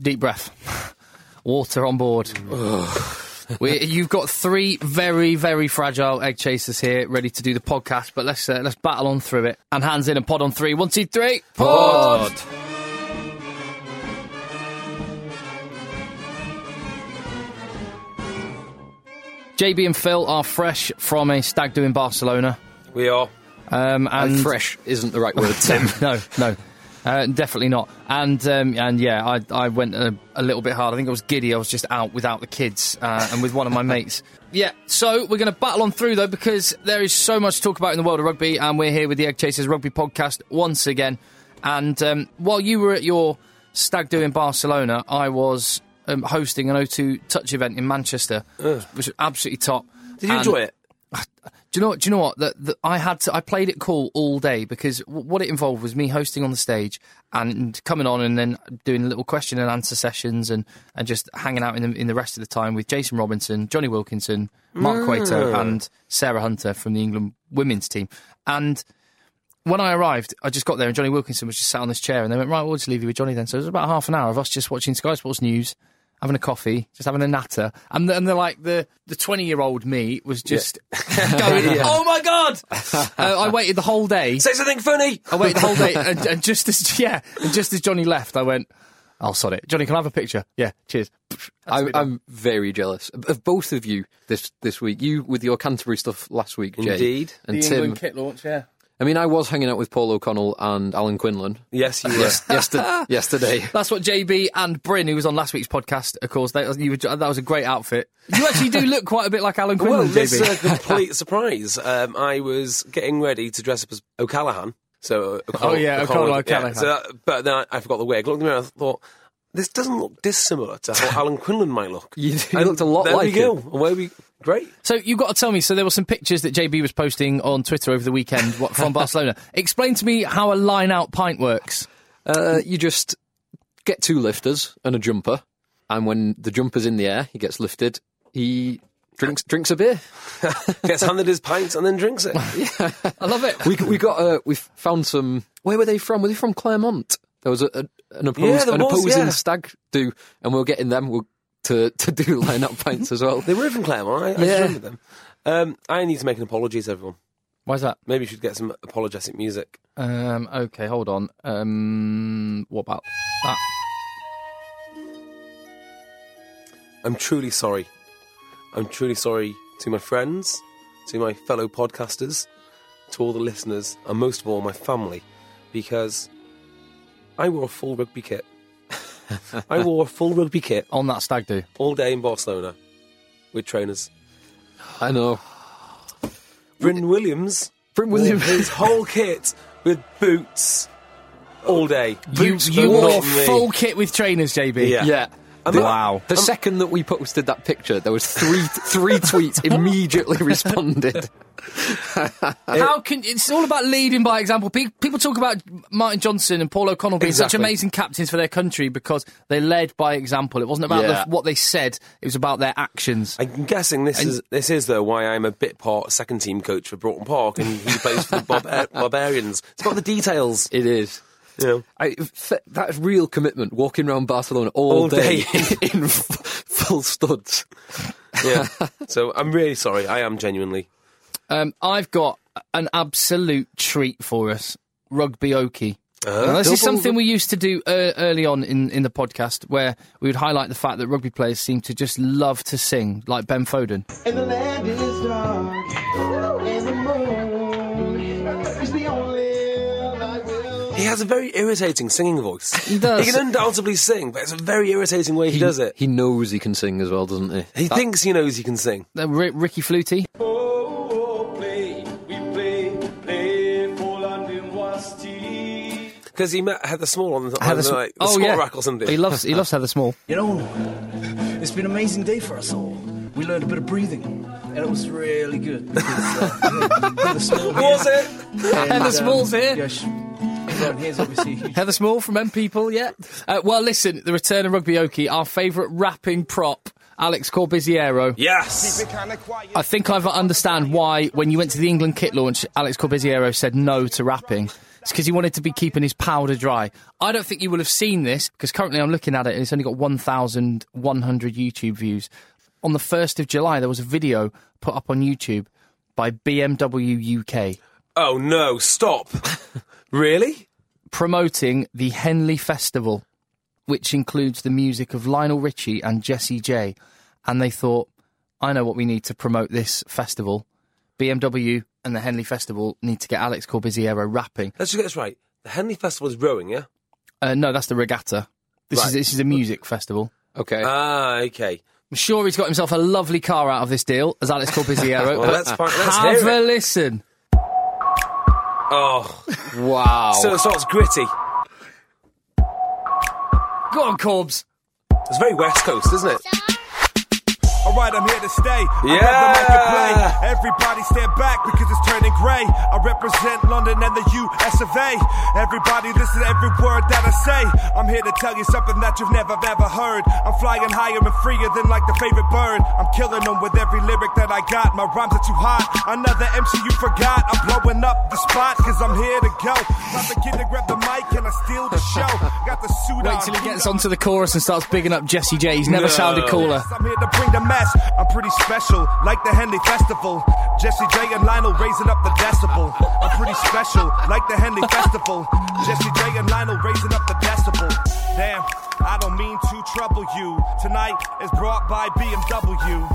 Deep breath. Water on board. we, you've got three very, very fragile egg chasers here, ready to do the podcast. But let's uh, let's battle on through it. And hands in and pod on three. One, two, three. Pod. JB and Phil are fresh from a stag do in Barcelona. We are. Um, and And fresh isn't the right word, Tim. no, no, uh, definitely not. And um, and yeah, I I went a, a little bit hard. I think I was giddy. I was just out without the kids uh, and with one of my mates. Yeah, so we're going to battle on through though because there is so much to talk about in the world of rugby, and we're here with the Egg Chasers Rugby Podcast once again. And um, while you were at your stag do in Barcelona, I was um, hosting an O2 Touch event in Manchester, which was absolutely top. Did you enjoy it? Do you know? Do you know what? That that I had to. I played it cool all day because w- what it involved was me hosting on the stage and coming on and then doing little question and answer sessions and, and just hanging out in the in the rest of the time with Jason Robinson, Johnny Wilkinson, Mark Cueto, and Sarah Hunter from the England women's team. And when I arrived, I just got there and Johnny Wilkinson was just sat on this chair and they went right. We'll just leave you with Johnny then. So it was about half an hour of us just watching Sky Sports News. Having a coffee, just having a natter, and then the like the the twenty year old me was just going, oh my god! Uh, I waited the whole day. Say something funny. I waited the whole day, and, and just as yeah, and just as Johnny left, I went, "I'll sod it." Johnny, can I have a picture? Yeah, cheers. I'm, I'm very jealous of both of you this this week. You with your Canterbury stuff last week, Jay, Indeed. and Tim. kit launch, yeah. I mean, I was hanging out with Paul O'Connell and Alan Quinlan Yes, you were. yes, yester- yesterday. That's what JB and Bryn, who was on last week's podcast, of course, they, you were, that was a great outfit. You actually do look quite a bit like Alan Well, Quinlan, this JB. is a complete surprise. Um, I was getting ready to dress up as O'Callaghan. So uh, O'Connell, Oh, yeah, O'Connell O'Callaghan. so that, but then I, I forgot the wig. Looked in the mirror, and I thought this doesn't look dissimilar to how Alan Quinlan might look. You, you And looked a lot there like we go. him. Away we great. So you've got to tell me. So there were some pictures that JB was posting on Twitter over the weekend what, from Barcelona. Explain to me how a line out pint works. Uh, you just get two lifters and a jumper, and when the jumper's in the air, he gets lifted. He drinks drinks a beer. Gets handed his pints and then drinks it. I love it. We we got uh, we found some. Where were they from? Were they from Claremont? There was a, a, an opposed, there an was, opposing yeah. stag do, and we are getting them we to to do line up pints as well. They were from Claremont. I, I just Yeah. remember them. Um, I need to make an apology to everyone. Why's that? Maybe you should get some apologetic music. Um, okay, hold on. Um, what about that? I'm truly sorry. I'm truly sorry to my friends, to my fellow podcasters, to all the listeners, and most of all my family, because I wore a full rugby kit. I wore a full rugby kit On that stag do. all day in Barcelona with trainers. I know. Bryn Williams Bryn wore Williams. his whole kit with boots all day. Boots, you you but wore not me. full kit with trainers, JB. Yeah. Yeah. I'm The- not- The second that we posted that picture, there was three three tweets immediately responded. How can it's all about leading by example? Pe- People talk about Martin Johnson and Paul O'Connell being such Exactly. amazing captains for their country because they led by example. It wasn't about Yeah. the, what they said; it was about their actions. I'm guessing this is this is though why I'm a bit part second team coach for Broughton Park and he plays for the Barbar- Barbarians. It's about the details, It is. you know. I, f- that's real commitment, walking around Barcelona all, All day, day. in, in f- full studs. Yeah. so I'm really sorry. I am genuinely. Um, I've got an absolute treat for us, rugby okie. Now, this is Double- something we used to do uh, early on in, in the podcast where we would highlight the fact that rugby players seem to just love to sing, like Ben Foden. And the land is dark, and the moon is the only light will. He has a very irritating singing voice. He does. He can undoubtedly sing, but it's a very irritating way he, does it. Uh, He knows he can sing as well, doesn't he? He thinks he knows he can sing. Uh, Ri Ricky Flutie. Oh, oh, play, we play, play for London was tea. Because he met Heather Small on the, on Heather the, Sm- like, the oh, squat yeah. rack or something. He loves, he loves Heather Small. You know, it's been an amazing day for us all. We learned a bit of breathing, and it was really good. Because, uh, the small um, was it? Heather Small's here. Yeah, she, everyone here's obviously a huge Heather Small from M People, yeah. Uh, well, listen, the return of Rugby Okie, our favourite rapping prop, Alex Corbiziero. Yes. I think I understand why when you went to the England kit launch, Alex Corbiziero said no to rapping. It's because he wanted to be keeping his powder dry. I don't think you will have seen this because currently I'm looking at it and it's only got 1,100 YouTube views. On the 1st of July, there was a video put up on YouTube by BMW UK Oh no! Stop. really? promoting the Henley Festival, which includes the music of Lionel Richie and Jesse J. And they thought, I know what we need to promote this festival. BMW and the Henley Festival need to get Alex Corbiziero rapping. Let's just get this right. The Henley Festival is rowing, yeah. Uh, no, that's the regatta. This is Right. this is a music festival. Okay. Ah, okay. I'm sure he's got himself a lovely car out of this deal, as Alex Corbiziero. Well, let's, fi- let's Have hear a it. listen. Oh, wow. so it starts gritty. Go on, Corbs. It's very West Coast, isn't it? All right, I'm here to stay. I Yeah. rap the mic and play. Everybody stand back because it's turning grey. I represent London and the US of A. Everybody listen to every word that I say. I'm here to tell you something that you've never ever heard. I'm flying higher and freer than like the favorite bird. I'm killing them with every lyric that I got. My rhymes are too hot. Another MC you forgot. I'm blowing up the spot because I'm here to go. I'm beginning to grab the mic and I steal the show. Got the suit Wait on. till he gets onto the chorus and starts bigging up Jesse J. He's never sounded cooler. Yes, I'm here to bring the mess. I'm pretty special, like the Henley Festival. Jesse J and Lionel raising up the decibel. I'm pretty special, like the Henley Festival. Jesse J and Lionel raising up the decibel. Damn, I don't mean to trouble you. Tonight is brought by BMW.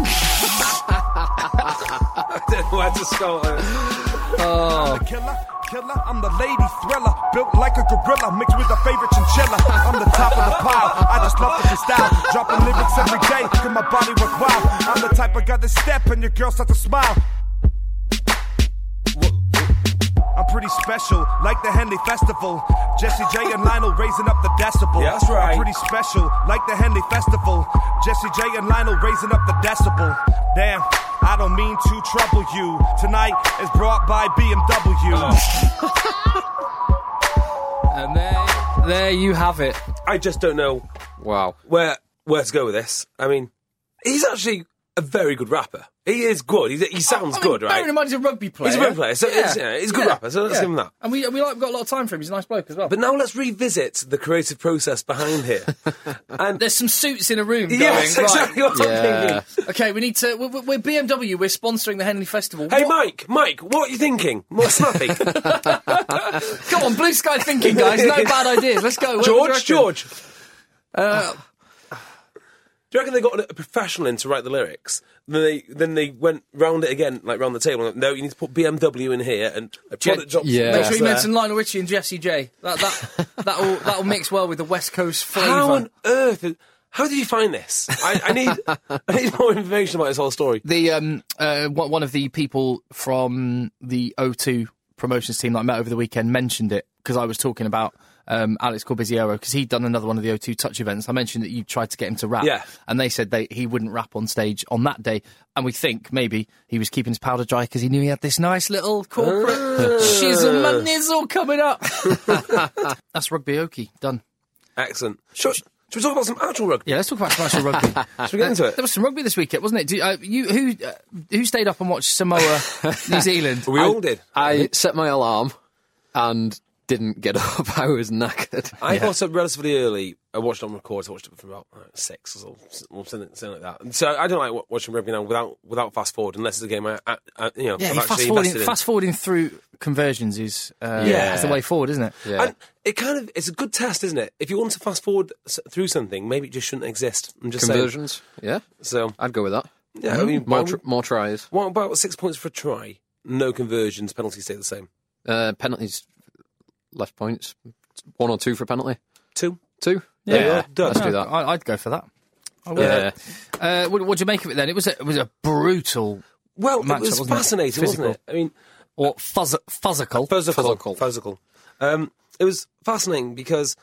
I don't know where to start. it. the killer, killer. I'm the lady thriller, built like a gorilla, mixed with a favorite chinchilla. I'm the top of the pile. I just love to freestyle, dropping lyrics every day, cause my body work wild. I'm the type of guy that step and your girl start to smile. I'm pretty special, like the Henley Festival. Jesse J and Lionel raising up the decibel. Yeah, that's right. I'm pretty special, like the Henley Festival. Jesse J and Lionel raising up the decibel. Damn, I don't mean to trouble you. Tonight is brought by BMW. And there, there you have it. I just don't know wow. where where to go with this. I mean, he's actually a very good rapper. He is good. He's, he sounds I mean, good, right? Bearing in mind he's a rugby player. He's a rugby player, so he's- yeah, he's a good rapper, so let's give him that. And we, we like, we've got a lot of time for him. He's a nice bloke as well. But now let's revisit the creative process behind here. and there's some suits in a room. Going, yes, right. exactly what I'm Yeah. thinking. Okay, we need to. We're, we're- we're BMW. We're sponsoring the Henley Festival. Hey, What- Mike, Mike, what are you thinking? What's happening? Come on, blue sky thinking, guys. No bad ideas. Let's go. What do you George, reckon? Uh, George. Do you reckon they got a professional in to write the lyrics? Then they then they went round it again, like round the table. And, no, you need to put BMW in here and a product drops. yeah. Make sure drops you there. mention Lionel Richie and Jesse J. That that that'll that'll mix well with the West Coast flavour. How on earth? is- How did you find this? I, I need I need more information about this whole story. the um uh one one of the people from the O2 promotions team that I met over the weekend mentioned it because I was talking about um Alex Corbiziero because he'd done another one of the O2 Touch events. I mentioned that you tried to get him to rap, Yeah. and they said they he wouldn't rap on stage on that day, and we think maybe he was keeping his powder dry because he knew he had this nice little corporate shizzle and nizzle coming up. That's rugby okie done. Excellent. Should, should we talk about some actual rugby? Yeah, let's talk about commercial rugby. Should we get into There it? was some rugby this weekend, wasn't it? Do, uh, you who uh, who stayed up and watched Samoa, New Zealand? We all did. I set my alarm and didn't get up. I was knackered. I got up relatively early. I watched it on record. so I watched it from about uh, six or so- or something, something like that. And so I don't like wa- watching rugby now without without fast forward unless it's a game I, I, I you know Yeah, I've you fast actually forwarding, invested in. fast forwarding through conversions is uh, Yeah. is the way forward, isn't it? Yeah. And it kind of it's a good test, isn't it? If you want to fast forward s- through something, maybe it just shouldn't exist. I'm just Conversions. Yeah. saying. So I'd go with that. yeah, Mm-hmm. I mean, More, why- tr- more tries. what about six points for a try? No conversions, penalties stay the same. Uh, penalties, left points, one or two for penalty. Two. Two. Yeah. Done. Let's do No, that. I, I'd go for that. I would. Yeah. Uh, what, what'd you make of it then? It was a, it was a brutal Well, Match up, it was wasn't it? fascinating, Physical. wasn't it? I mean, or fuzz, fuzzical. physical, Physical. physical. Um, it was fascinating because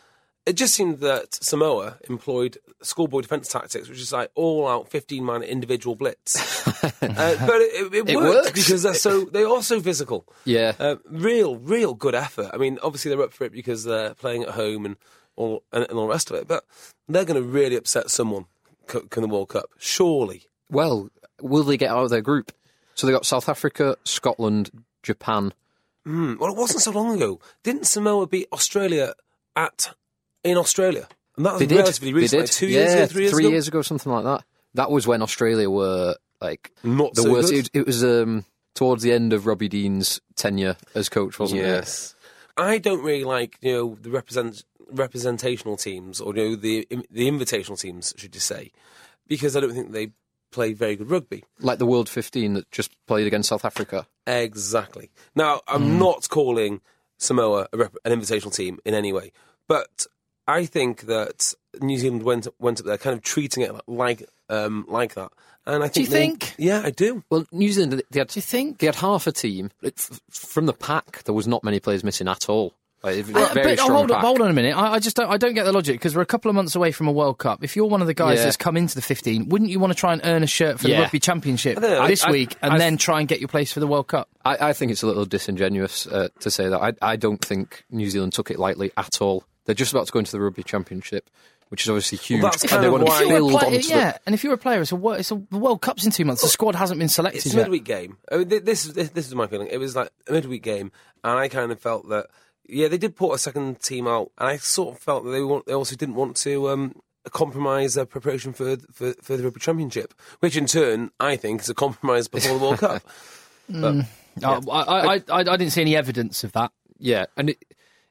it just seemed that Samoa employed schoolboy defence tactics, which is like all out fifteen man individual blitz. uh, but it, it, It worked works. because they're so they are so physical. Yeah. Uh, real, real good effort. I mean, obviously they're up for it because they're playing at home and all and, and all the rest of it. But they're going to really upset someone c- in the World Cup, surely. Well, will they get out of their group? So they got South Africa, Scotland, Japan. Well, it wasn't so long ago. Didn't Samoa beat Australia at in Australia? And that was They did. relatively they recent, did. like two yeah, years ago, three years ago. something like that. That was when Australia were like Not the so worst. good. It, it was um, towards the end of Robbie Dean's tenure as coach, wasn't Yes, I don't really like you know the represent representational teams or you know the the invitational teams, should you say, because I don't think they play very good rugby. it? Like the World 15 that just played against South Africa. Exactly. Now, Mm. I'm not calling Samoa a rep- an invitational team in any way, but I think that New Zealand went went up there kind of treating it like um, like that. And I think Do you they- think? Yeah, I do. Well, New Zealand, they had, Do you think? they had half a team. It- f- from the pack, there was not many players missing at all. Like, it was a Uh, very but, oh, strong hold, on, pack. hold on a minute. I, I just don't, I don't get the logic because we're a couple of months away from a World Cup. If you're one of the guys Yeah. that's come into the 15, wouldn't you want to try and earn a shirt for Yeah. the Rugby Championship don't know. this I- I- week and I- then try and get your place for the World Cup? I, I think it's a little disingenuous uh, to say that. I, I don't think New Zealand took it lightly at all. They're just about to go into the Rugby Championship, which is obviously huge, that's and kind they of want why- to If you build Play- onto yeah, the. and if you're a player, it's a, wor- it's a the World Cup's in two months. The squad hasn't been selected It's a yet. midweek game. I mean, thi- this, this this is my feeling. It was like a midweek game, and I kind of felt that yeah, they did put a second team out, and I sort of felt that they want, they also didn't want to um, compromise their preparation for, for for the Rugby Championship, which in turn I think is a compromise before the World Cup. Uh, I, I, I, I didn't see any evidence of that. Yeah, and it,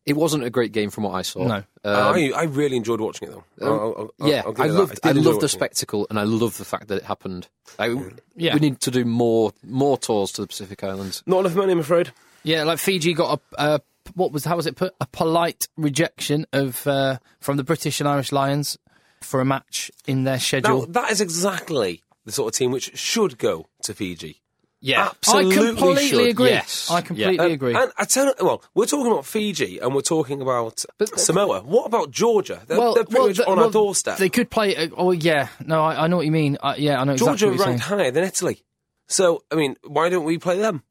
it wasn't a great game from what I saw. No. Um, I, I really enjoyed watching it though. I'll- I'll- I'll- yeah, Oh, I'll give I you that. loved, did I enjoy loved the watching it. spectacle, and I love the fact that it happened. I, Yeah. We need to do more more tours to the Pacific Islands. Not enough money, I'm afraid. Yeah, like Fiji got a uh, what was how was it put a polite rejection of uh, from the British and Irish Lions for a match in their Now, schedule. that is exactly the sort of team which should go to Fiji. yeah, absolutely I completely should. agree. Yes. I completely And- agree. And I tell you- well, we're talking about Fiji and we're talking about Samoa. What about Georgia? They're, they're pretty much the- on well, our doorstep. They could play. Uh, oh yeah, no, I, I know what you mean. I, yeah, I know exactly Georgia what you're saying. ranked higher than Italy. So, I mean, why don't we play them?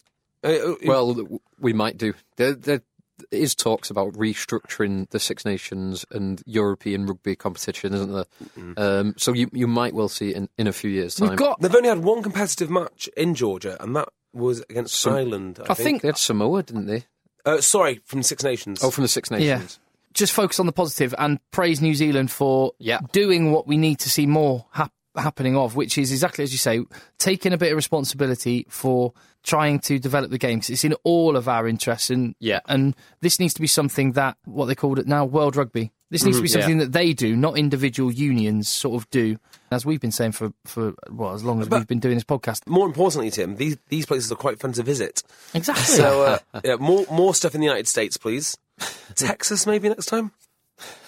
Uh, uh, Well, w- we might do. There, there is talks about restructuring the Six Nations and European rugby competition, isn't there? Um, so you you might well see it in, in a few years' time. We've got. they've only had one competitive match in Georgia, and that was against Ireland. I, I think they had Samoa, didn't they? Uh, sorry, from Six Nations. Oh, from the Six Yeah. Nations. Just focus on the positive and praise New Zealand for Yeah. doing what we need to see more hap- happening of, which is exactly as you say, taking a bit of responsibility for trying to develop the game because it's in all of our interests. And Yeah. and this needs to be something that what they called it now, World Rugby. This needs to be Mhm, yeah. something that they do, not individual unions sort of do, as we've been saying for for well as long as we've been doing this podcast. More importantly, Tim, these, these places are quite fun to visit. Exactly. So uh, yeah, more more stuff in the United States, please. Texas, maybe next time.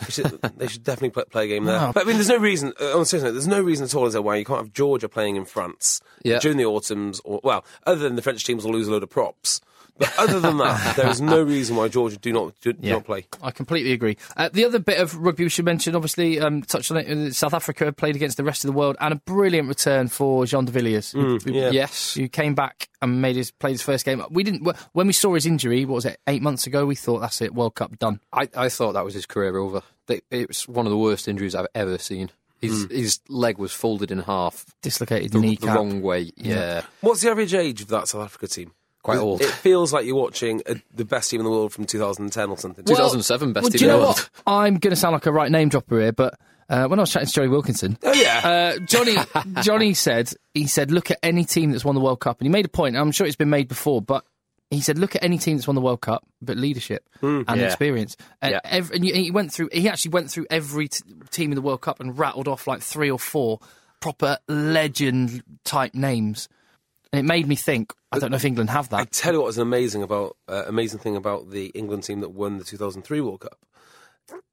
We should- they should definitely play, play a game there. Wow. But I mean, there's no reason. Uh, on a serious note, there's no reason at all is there why you can't have Georgia playing in France Yeah. during the autumns. Or well, other than the French teams will lose a load of props. But other than that, there is no reason why Georgia do not do, do not play. I completely agree. Uh, the other bit of rugby we should mention, obviously, um, touched on it. uh, South Africa played against the rest of the world, and a brilliant return for Jean de Villiers, Mm, who, who- yeah. Yes. who came back and made his played his first game. We didn't wh- when we saw his injury. What was it? Eight months ago, we thought that's it, World Cup done. I, I thought that was his career over. They- It was one of the worst injuries I've ever seen. His Hmm. his leg was folded in half Dislocated the, the kneecap. wrong way. Yeah. What's the average age of that South Africa team? Quite old. It feels like you're watching a, the best team in the world from 2010 or something. 2007 best well, team do you in the know world. what? I'm going to sound like a right name dropper here, but uh, when I was chatting to Johnny Wilkinson, Oh, yeah. uh, Johnny Johnny said he said look at any team that's won the World Cup, and he made a point. and I'm sure it's been made before, but he said look at any team that's won the World Cup, but leadership Hmm. and Yeah. experience. And, Yeah. ev- and he went through. He actually went through every t- team in the World Cup and rattled off like three or four proper legend type names, and it made me think. I don't know if England have I that. tell you what was an amazing about uh, amazing thing about the England team that won the 2003 World Cup.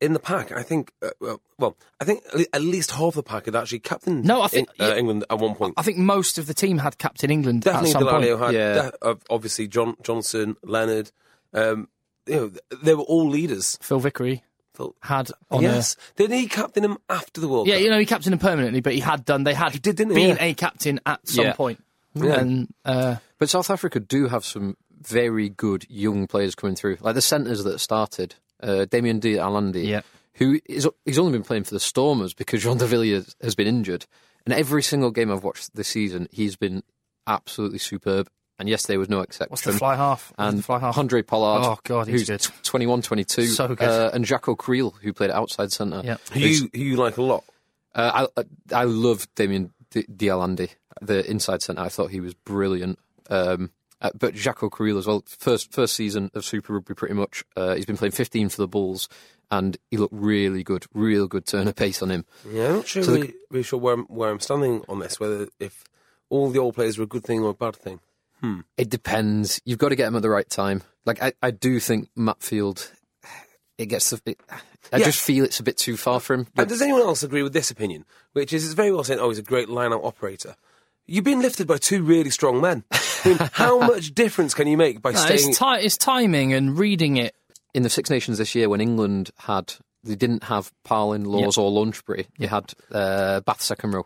In the pack, I think. Uh, well- well, I think at le- at least half the pack had actually captained. No, I think- Eng- uh, yeah. England at one point. I think most of the team had captain England Definitely, at some Delanio point. had. Yeah. de- uh, obviously, John Johnson, Leonard. Um, you know, th- they were all leaders. Phil Vickery Phil- had on a- yes, didn't he captain him after the World Yeah, Cup? you know, he captained him permanently, but he had done. They had did, didn't he? been Yeah. a captain at some Yeah. point. Yeah. And uh, But South Africa do have some very good young players coming through, like the centres that started. Uh, Damien D. Alandi, Yeah. who is he's only been playing for the Stormers because Jean de Villiers has been injured. And every single game I've watched this season, he's been absolutely superb. And yesterday was no exception. what's the fly half? What's the And fly half. Andre Pollard, Oh, God, he's who's good. 21 22. So good. Uh, and Jaco Creel, who played outside centre. Yeah. who you, who you like a lot. Uh, I I love Damien D- Dialandi, the inside centre. I thought he was brilliant. Um, uh, but Jaco Carrillo as well. First first season of Super Rugby, pretty much. Uh, he's been playing 15 for the Bulls, and he looked really good. Real good turn of pace on him. Yeah, I'm not sure So the- really, really sure where I'm, where I'm standing on this. Whether if all the old players were a good thing or a bad thing. It depends. You've got to get him at the right time. Like I, I do think Matfield. It gets. The, it, I Yeah. just feel it's a bit too far for him. And does anyone else agree with this opinion? Which is, it's very well saying, oh, he's a great line-out operator. You've been lifted by two really strong men. I mean, how much difference can you make by No, staying? it's, ti- it's timing and reading it. in the Six Nations this year when England had they didn't have Parlin, Laws or Launchbury. You had uh, Bath second row.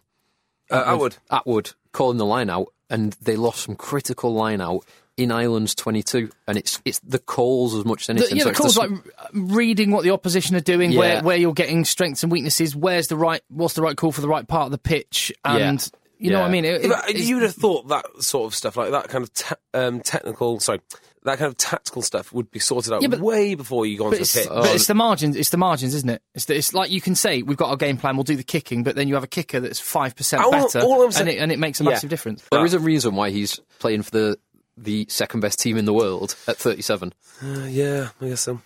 Uh, Atwood. Atwood calling the line out, and they lost some critical line out in Ireland's twenty two, and it's it's the calls as much as The, anything. yeah, the So it's the call's sm- like uh, reading what the opposition are doing, where, Yeah. where you're getting strengths and weaknesses, where's the right, what's the right call for the right part of the pitch, and you know Yeah. what I mean. It- If it- I- it's- uh, you would have thought that sort of stuff, like that kind of te- um, technical, sorry, that kind of tactical stuff, would be sorted out Yeah, but- way before you go But onto the it's, pitch. but it's the margins. It's the margins, isn't it? It's, the, it's like you can say we've got our game plan. We'll do the kicking, but then you have a kicker that's five percent All- better, all I'm saying- and, it, and it makes a Yeah. massive difference. there is a reason why he's playing for the the second best team in the world at thirty seven. Uh, yeah, I guess so.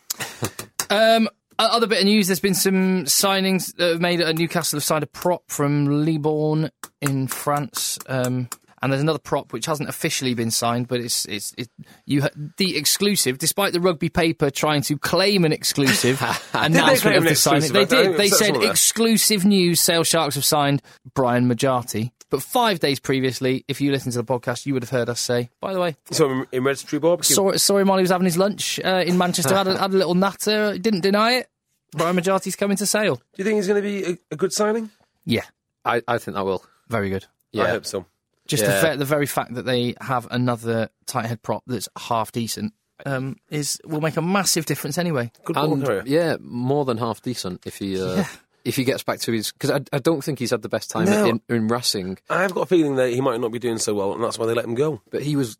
Um, o- other bit of news: there's been some signings that have made at Newcastle have signed a prop from Libourne in France, um, and there's another prop which hasn't officially been signed, but it's it's it, you ha- the exclusive. Despite the rugby paper trying to claim an exclusive claim announcement of an the signing, exclusive? they I don't did. They think so, said somewhere. exclusive news: Sale Sharks have signed Brian Majati. But five days previously, if you listened to the podcast, you would have heard us say, by the way, So in, in Registry Barbecue, saw, saw him while he was having his lunch uh, in Manchester. had, a, had a little natter. Didn't deny it. Brian Majati's coming to sale. do you think he's going to be a, a good signing? Yeah, I, I think that will. very good. Yeah. I hope so. Just Yeah. the, fa- the very fact that they have another tight head prop that's half decent um, is will make a massive difference anyway. Good ball and carrier. yeah, more than half decent if he uh, if he gets back to his because I, I don't think he's had the best time No. in, in Racing, I've got a feeling that he might not be doing so well, and that's why they let him go. but he was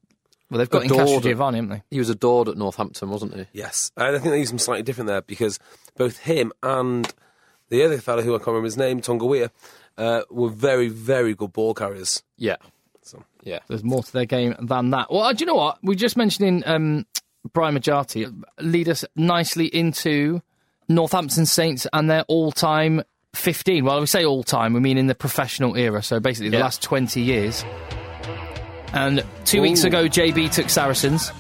Well, they've got Adored. Incastro Giovanni, haven't they? he was adored at Northampton, wasn't he? Yes, and I think they used him slightly different there because both him and the other fellow who I can't remember his name, Tonga uh, were very, very good ball carriers. Yeah, So, yeah. There's more to their game than that. Well, uh, do you know what? We just mentioning um, Brian Majati lead us nicely into Northampton Saints and their all-time 15. Well, we say all-time, we mean in the professional era, so basically the Yeah. last 20 years. And two weeks ago, JB took Saracens.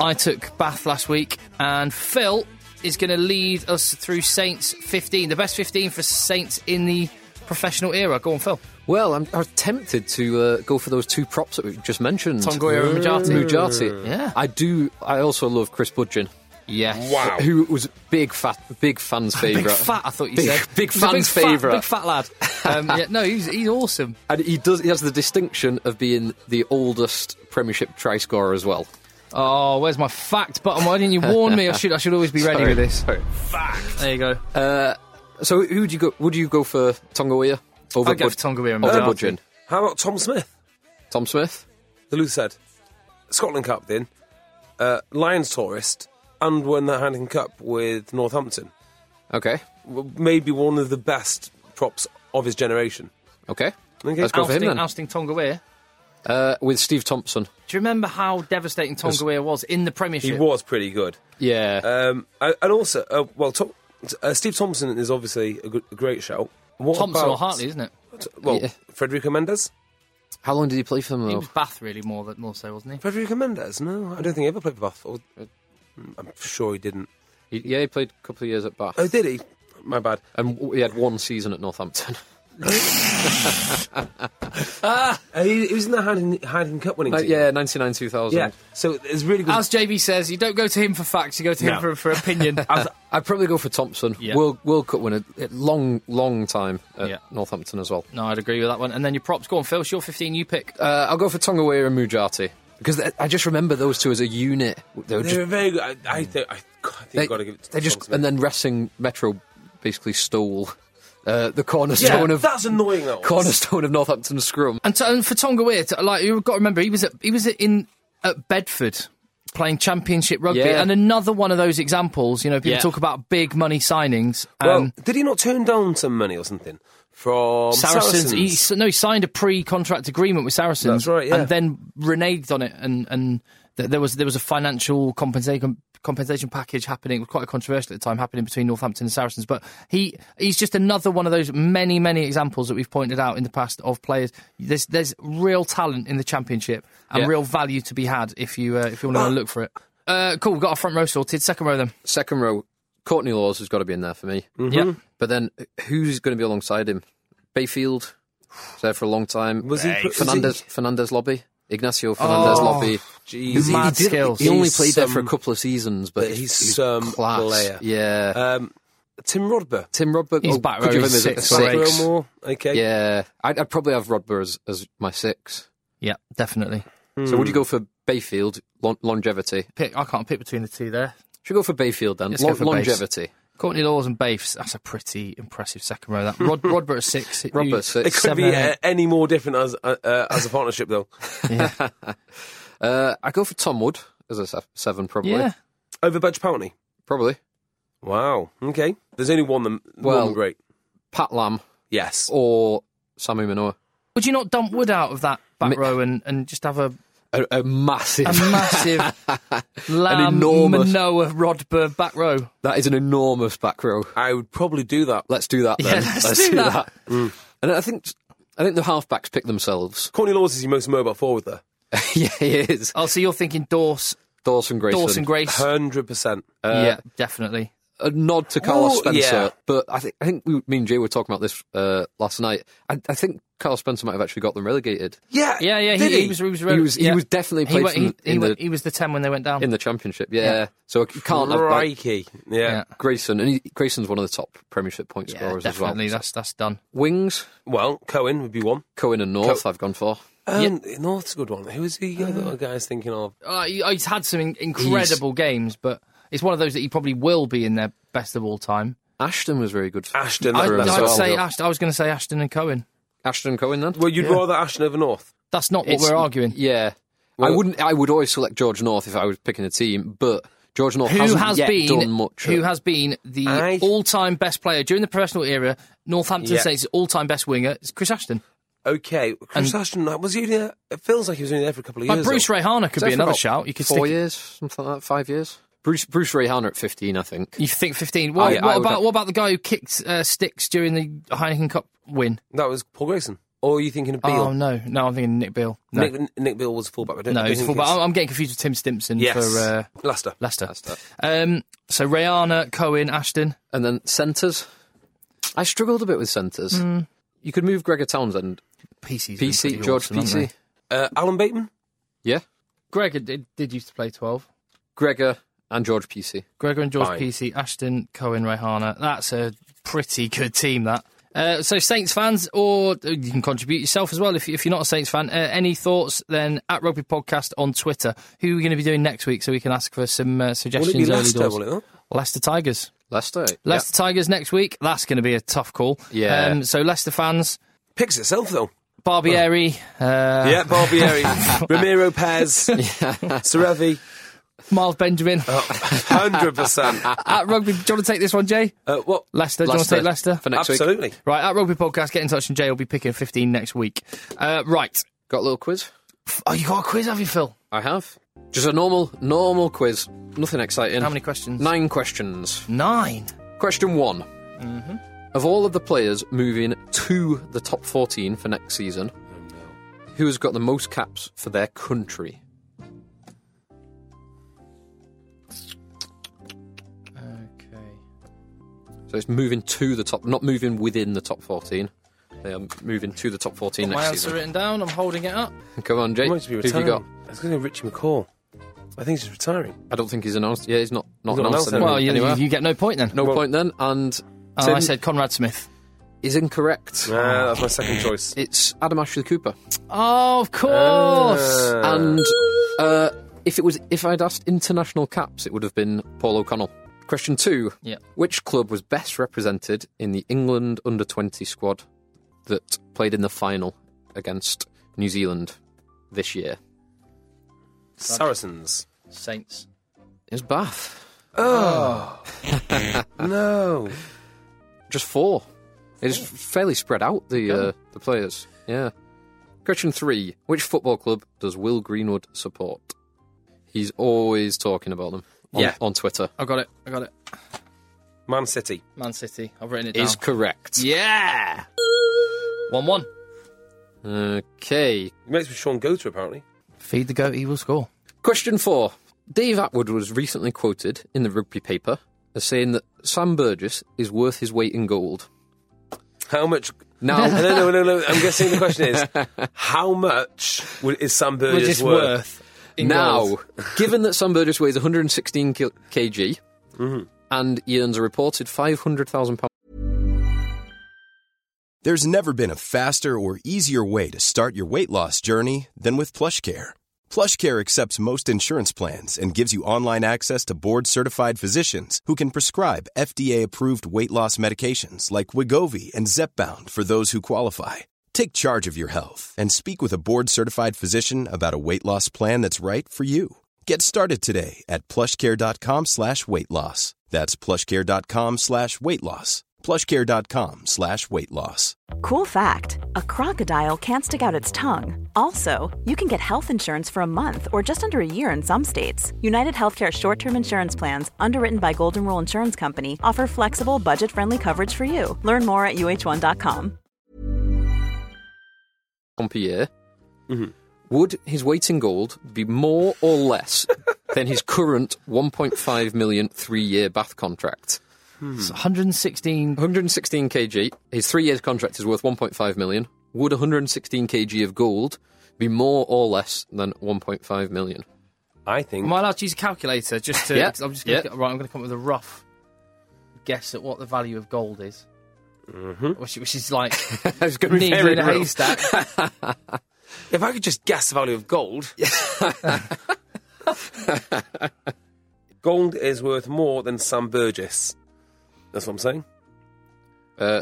I took Bath last week, and Phil is going to lead us through Saints 15, the best 15 for Saints in the professional era. Go on, Phil. Well, I'm, I'm tempted to uh, go for those two props that we just mentioned, Tongoira and Mujati. Mujati. Yeah. I do. I also love Chris Budgeon, Yes. who was big fat, big fans' favourite. Big fat, I thought you Big- said. big He's a fan's fat- favourite. Big fat lad. Um, yeah, no, he's, he's awesome. and he does. He has the distinction of being the oldest Premiership try scorer as well. Oh, where's my fact button? Why didn't you warn me? I should I should always be ready Sorry, with this. sorry. There you go. Uh, So who would you go? Would you go for Tongoia over I'll go Bud- for Tonga Beer and over Mujati. Budgeon? how about Tom Smith, Tom Smith. the loose head? Scotland Cup then, uh, Lions tourist, and won the Heineken Cup with Northampton. Okay. W- Maybe one of the best props of his generation. Okay. Okay. Let's go for him Ousting, then. ousting Tonga Weir. Uh, with Steve Thompson. Do you remember how devastating Tonga Weir was in the Premiership? He was pretty good. Yeah. Um, and and also, uh, well, Tom, uh, Steve Thompson is obviously a, good, a great shout. What Thompson about, or Hartley, isn't it? Well, Yeah. Federico Mendes? How long did he play for them He though? was Bath really more than more so, wasn't he? Federico Mendes? No, I don't think he ever played for Bath. Or, mm, I'm sure he didn't. He- yeah, he played a couple of years at Bath, Uh, Oh, did he? My bad. and w- he had one season at Northampton. Uh, he, he was in the Heineken, Heineken Cup winning Like, team. yeah, ninety nine two thousand. Yeah. So it's really good. As JB says, you don't go to him for facts, you go to him No. for, for opinion. I'd probably go for Thompson. Yeah. World World Cup winner, a long long time at Yeah. Northampton as well. no, I'd agree with that one. And then your props. Go on, Phil, it's your 15 you pick. Uh, I'll go for Tonga Weir and Mujati because th- I just remember those two as a unit. They were They just, were very good. I, I, think, I, God, I think Mm. they, you've got to give it to they just Thompson. and then Racing Metro basically stole uh, the cornerstone of that's annoying. That was. cornerstone of Northampton scrum. And, to, and for Tonga Weir, to, like you've got to remember, he was at, he was in at Bedford playing Championship rugby, Yeah. and another one of those examples. You know, people Yeah. talk about big money signings. Well, Um, did he not turn down some money or something from Saracens, Saracens? he s no, he signed a pre-contract agreement with Saracens, That's right, yeah. and then reneged on it, and and th- there was there was a financial compensation compensation package happening, quite controversial at the time, happening between Northampton and Saracens. But he he's just another one of those many many examples that we've pointed out in the past of players. There's there's real talent in the championship and Yeah. real value to be had if you uh, if you want to look for it. Uh, cool, we've got our front row sorted. Second row then. Second row, Courtney Laws has got to be in there for me. Mm. Mm-hmm. Yeah. But then who's going to be alongside him? Bayfield was there for a long time. Was he- Oh. was Fernandez? Fernandez lobby. Ignacio Fernandez lobby. Jeez. He- Mad he, did- skills. he only He's played there for a some- couple of seasons, but but he's, he's some class. player. Yeah. Um, Tim Rodber. Tim Rodberg. he's oh, back could row, you he's have him as a six, six? right? Rodber Moore. Okay. Yeah, I'd, I'd probably have Rodber as, as my six. Yeah, definitely. So would you go for Bayfield lon- longevity? Pick. I can't pick between the two there. Should go for Bayfield then. Let's go Lon- for Bays. longevity. Courtney Laws and Baifes, that's a pretty impressive second row. That Rod, Rodbert at six. Rodbert you- at six. It could seven be and uh, eight. any more different as uh, uh, as a partnership, though. Uh, I'd go for Tom Wood as a se- seven, probably. Yeah. Over Budge Powney. Probably. Wow. Okay. There's only one them. Well- one great. Pat Lam Yes. or Sammy Manoa. Would you not dump Wood out of that back row and, and just have a, A, a massive. a massive Lamb, enormous- Manoa, Rodbert back row? that is an enormous back row. I would probably do that. Let's do that Yeah, then. let's do that. And I think I think the halfbacks pick themselves. Courtney Laws is your most mobile forward there. yeah, he is. Oh, so you're thinking Dorse, Dawson Grayson. Dawson Grace? Hundred percent. Uh, yeah, definitely. a nod to Carlos Well, Spencer, yeah. but I think I think we, me and Jay were talking about this uh, last night. I, I think Carlos Spencer might have actually got them relegated. Yeah. Yeah, yeah. Did He, he? was. He was. He was- he yeah. was definitely He played wa- from- he, he in wa- the- he was the ten when they went down. in the championship. Yeah, Yeah. so I can't have, like, Crikey. Yeah. yeah. Grayson, and he, Grayson's one of the top Premiership point Yeah, scorers as well. definitely. That's that's done. Wings, Well, Cohen would be one. Cohen and North, I've gone for. Um, North's a good one. Who is the other guy's thinking of? Uh, he- he's had some in- incredible games, but it's one of those that he probably will be in their best of all time. Ashton was very good. For Ashton. for I'd, him as I'd well. say Ashton. I was going to say Ashton and Cohen. Ashton Cohen then. Well, you'd rather Ashton over North. That's not what It's- we're arguing. Yeah, I wouldn't. I would always select George North if I was picking a team, but George North Who hasn't has yet been done much. who has been the I- all-time best player during the professional era? Northampton Yeah. Saints all-time best winger is Chris Ashton. Okay, Chris Ashton. like, Was he? only there- It feels like he was only there for a couple of Like years. Bruce though. Rayhana could Is that be for another about shout. You could four stick, years, something like that, five years. Bruce Bruce Rayhan at fifteen, I think. you think fifteen. What, I- I what would about have- what about the guy who kicked uh, sticks during the Heineken Cup win? That was Paul Grayson. Or are you thinking of Beale? Oh no, no, I'm thinking Nick Beale. No, Nick, Nick Beale was a fullback. I don't, no, I don't he's a think fullback. I'm, I'm getting confused with Tim Stimpson Yes, for uh, Leicester. Leicester. Um, so Rayhana, Cohen, Ashton. And then centres. I struggled a bit with centres. Hmm. You could move Gregor Townsend, PC's been PC, pretty George awesome, haven't PC. they? Uh, Alan Bateman. Yeah, Gregor did, did used to play twelve. Gregor and George PC. Gregor and George Fine. PC, Ashton, Cohen, Rayhana. That's a pretty good team, that. Uh, so, Saints fans, or uh, you can contribute yourself as well if, you- if you're not a Saints fan. Uh, any thoughts, then at Rugby Podcast on Twitter. Who are we going to be doing next week so we can ask for some uh, Will it suggestions? be early Leicester? doors? Will it not? Leicester Tigers. Leicester. Leicester Tigers next week. That's going to be a tough call. Yeah. Um, so, Leicester fans, Picks itself though. Barbieri. Uh, yeah, Barbieri, Ramiro Pez, Serevi, Miles Benjamin. Uh, hundred percent. Uh, At rugby, do you want to take this one, Jay? What? Leicester, do you want to take Leicester? for next week. Absolutely. Right, at Rugby Podcast, get in touch and Jay will be picking 15 next week. Uh, right. Got a little quiz. Oh, you got a quiz, have you, Phil? I have just a normal, normal quiz. Nothing exciting. How many questions? Nine questions. Nine. Question one. Mm-hmm. Of all of the players moving to the top 14 for next season, who has got the most caps for their country? Okay. So it's moving to the top, not moving within the top 14. They are moving to the top 14 My next answer season. written down, I'm holding it up. Come on, Jake. He might just be Who've you got? retiring. It's going to be Richie McCaw. I think he's retiring. I don't think he's announced. Yeah, he's not, not He's not announced. announced anywhere. Well, you, Anywhere. you get no point then. no point then. And Oh, Tim I said Conrad Smith. is incorrect. Ah, that's my second choice. It's Adam Ashley Cooper. Oh, of course. Uh, And uh, if it was, if I'd asked international caps, it would have been Paul O'Connell. Question two: Yeah. Which club was best represented in the England under twenty squad that played in the final against New Zealand this year? Saracens. Saints. It was Bath. Oh. No. Just four. It Oh. is fairly spread out the uh, the players. Yeah. Question three: Which football club does Will Greenwood support? He's always talking about them. On, Yeah. on Twitter I got it. I got it. Man City. Man City. I've written it down. is correct. Yeah. 1 1. Okay, He makes with Sean Goater, apparently. Feed the goat, he will score. Question four. Dave Atwood was recently quoted in the rugby paper as saying that Sam Burgess is worth his weight in gold. How much? Now, no, no, no, no. I'm guessing the question is, how much would, is Sam Burgess Which is worth? worth. in now gold. given that Sam Burgess weighs 116 kil- kg Mm-hmm. and he earns a reported £500,000 There's never been a faster or easier way to start your weight loss journey than with PlushCare. PlushCare accepts most insurance plans and gives you online access to board-certified physicians who can prescribe FDA-approved weight loss medications like Wigovi and Zepbound for those who qualify. Take charge of your health and speak with a board-certified physician about a weight loss plan that's right for you. Get started today at plushcare.com slash weight loss. That's plushcare.com slash weight loss. plushcare.com slash weight loss. Cool fact a crocodile can't stick out its tongue. Also, you can get health insurance for a month or just under a year in some states. United Healthcare short term insurance plans, underwritten by Golden Rule Insurance Company, offer flexible, budget friendly coverage for you. Learn more at uh1.com. per year. Mm-hmm. Would his weight in gold be more or less than his current 1.5 million three year Bath contract? It's 116. 116 kg. His three years contract is worth 1.5 million. Would 116 kg of gold be more or less than 1.5 million? I think. Am I allowed to use a calculator just to. Yeah, I'm just gonna yeah. get- right, I'm going to come up with a rough guess at what the value of gold is. Which, which is like That's going needle in a haystack. if I could just guess the value of gold. gold is worth more than Sam Burgess. That's what I'm saying. Uh,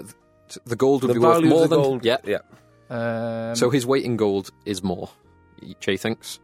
th- the gold would The be worth value more of the than gold. yeah. yeah. um, So his weight in gold is more. Jay thinks.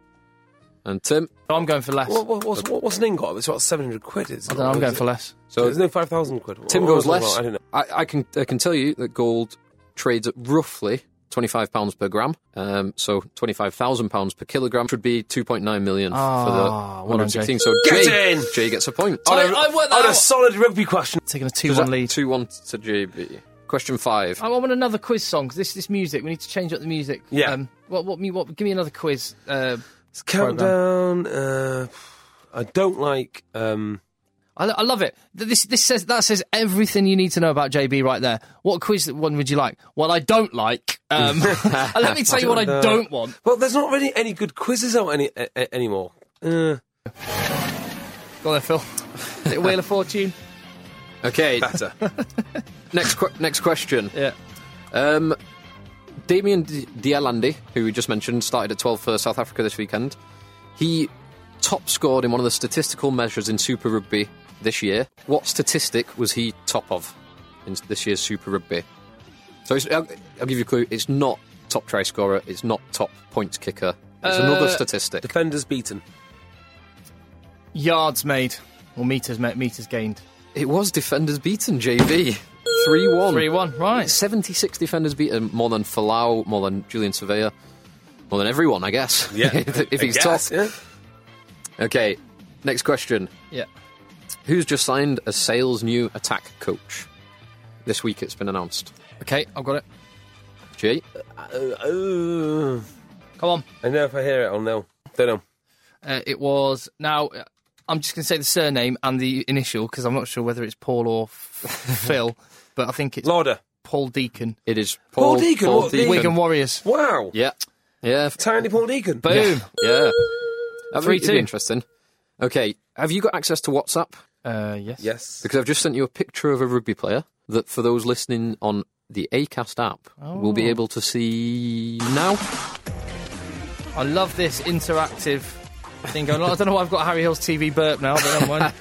And um, Tim, I'm going for less. What, what, what's, what, what's an ingot? It's about 700 quid. Is I don't know, I'm going for less. So so there's no 5,000 quid. Tim What- goes what- what- less. I don't know. I, I can I can tell you that gold trades at roughly twenty five pounds per gram. Um, so twenty five thousand pounds per kilogram should be two point nine million for the Ah, well one done, hundred Jay. sixteen. So Get Jay, in! Jay gets a point. I, I worked that On a out. solid rugby question. Taking a 2 1 lead. Two one to JB. Question five. Oh. I want another quiz song. 'cause This this music. We need to change up the music. Um, Yeah. what what me what? Give me another quiz. Uh, It's countdown. Uh, I don't like. Um, I, lo- I love it. Th- This this says that says everything you need to know about JB right there. What quiz one would you like? Well, I don't like. Um, and let me tell you what I don't want. well, there's not really any good quizzes out any a, a- anymore. Uh, Go on, there, Phil. Is it Wheel of Fortune? Okay. better. next que- next question. Yeah. Um, Damien D- Dialandi, who we just mentioned, started at 12 for South Africa this weekend. He top scored in one of the statistical measures in Super Rugby this year. What statistic was he top of in this year's Super Rugby? So it's, I'll, I'll give you a clue. It's not top try scorer. It's not top points kicker. It's another Uh, statistic. Defenders beaten. Yards made or meters ma- meters gained. it was defenders beaten, JV. 3 1. Three one. Right. 76 defenders beaten, more than Falau, more than Julian Surveyor, more than everyone, I guess. if he's I guess, top. yeah. Okay, next question. Yeah. Who's just signed as Sale's new attack coach? This week it's been announced. Okay, I've got it. Jay? Uh, Come on. I know if I hear it, I'll know. Don't know. Uh, it was now. uh, I'm just going to say the surname and the initial because I'm not sure whether it's Paul or F- Phil, but I think it's Lauder. Paul Deacon. It is Paul Paul, Deacon, Paul what, the- Wigan Warriors. Wow. Yeah. Yeah. Tiny Paul Deacon. Boom. Yeah. That'd be- it'd be 3-2. Interesting. Okay, have you got access to WhatsApp? Uh, yes. Yes. Because I've just sent you a picture of a rugby player that, for those listening on the ACAST app, will be able to see now. I love this interactive thing going on. I don't know why I've got Harry Hill's TV burp now, but never mind.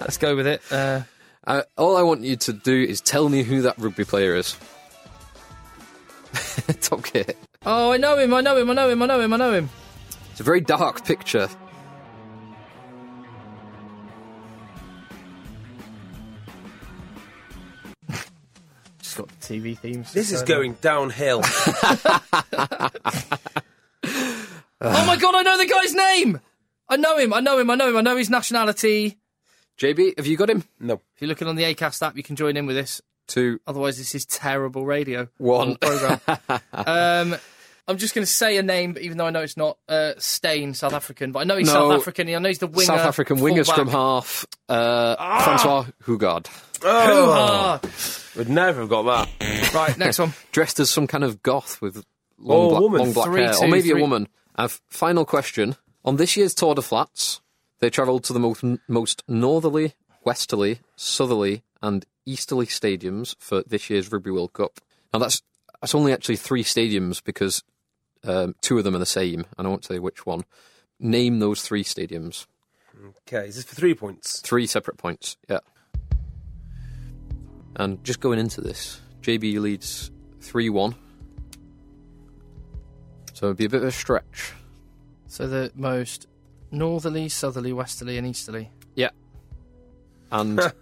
Let's go with it. Uh, Uh, all I want you to do is tell me who that rugby player is. Top kit. oh, I know him. I know him. I know him. I know him. I know him. It's a very dark picture. Just got the TV themes. This is going downhill. Oh my god! I know the guy's name. I know him. I know him. I know him. I know his nationality. JB, have you got him? no. If you're looking on the Acast app, you can join in with this. Two. Otherwise, this is terrible radio. One. program. um, I'm just going to say a name, even though I know it's not uh, Stain, South African. But I know he's No. South African. I know he's the winger. South African winger fullback. scrum half, uh, Francois Hugard. Ah, Would never have got that. right, next one. Dressed as some kind of goth with long, Oh, black, woman. long black Three, hair. two, or maybe three. a woman. Uh, f- final question. On this year's Tour de Flats, they travelled to the most, most northerly, westerly, southerly, and easterly stadiums for this year's Rugby World Cup. Now, that's, that's only actually three stadiums because um, two of them are the same, and I won't tell you which one. Name those three stadiums. Okay, is this for three points? Three separate points, yeah. And just going into this, JB leads 3 1. So it'd be a bit of a stretch. So the most northerly, southerly, westerly, and easterly. Yeah. And there,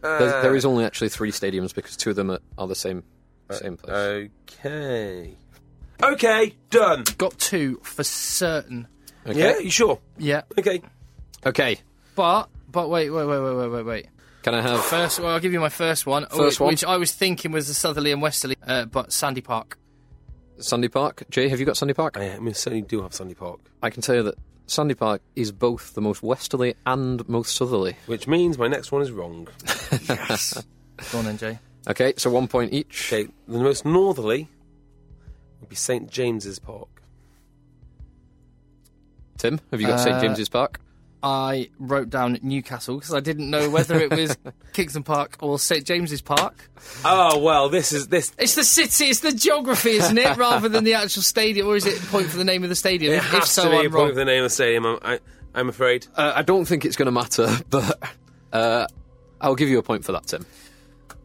there is only actually three stadiums because two of them are, are the same same place. uh, Okay. Okay, done. Got two for certain. okay. Yeah, you sure? Yeah, Okay. Okay. but but wait, wait, wait, wait, wait, wait, wait. Can I have First, well, I'll give you my first one. First whi- one. which I was thinking was the southerly and westerly, uh, but Sandy Park. Sandy Park? Jay, have you got Sandy Park? I, I mean, certainly do have Sandy Park, I can tell you that Sandy Park is both the most westerly and most southerly. which means my next one is wrong. Go on, then, Jay. Okay, so one point each. Okay, the most northerly would be St James's Park. Tim, have you got St Uh, James's Park? I wrote down Newcastle because I didn't know whether it was Kingston Park or St James's Park. Oh well, this is this. It's the city, it's the geography, isn't it? Rather than the actual stadium, or is it point for the name of the stadium? It if has so, to be I'm a point wrong. of the name of the stadium. I'm, I, I'm afraid. Uh, I don't think it's going to matter, but uh, I'll give you a point for that, Tim.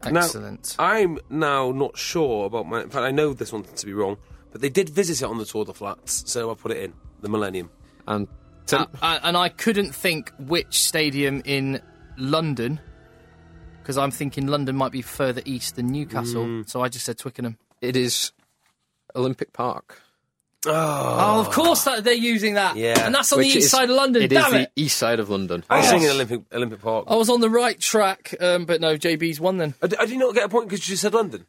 Excellent. Now, I'm now not sure about my. In fact, I know this one to be wrong, but they did visit it on the Tour de Flats, so I put it in the Millennium. And Tim, Uh, and I couldn't think which stadium in London because I'm thinking London might be further east than Newcastle, Mm. so I just said Twickenham. it is Olympic Park, Oh, of course that they're using that, Yeah. and that's on the which east is- side of London. It is Damn the it! Oh, east side of London. I was thinking Olympic Olympic Park. I was on the right track, um, but no, JB's won then. I, d- I did not get a point because you said London.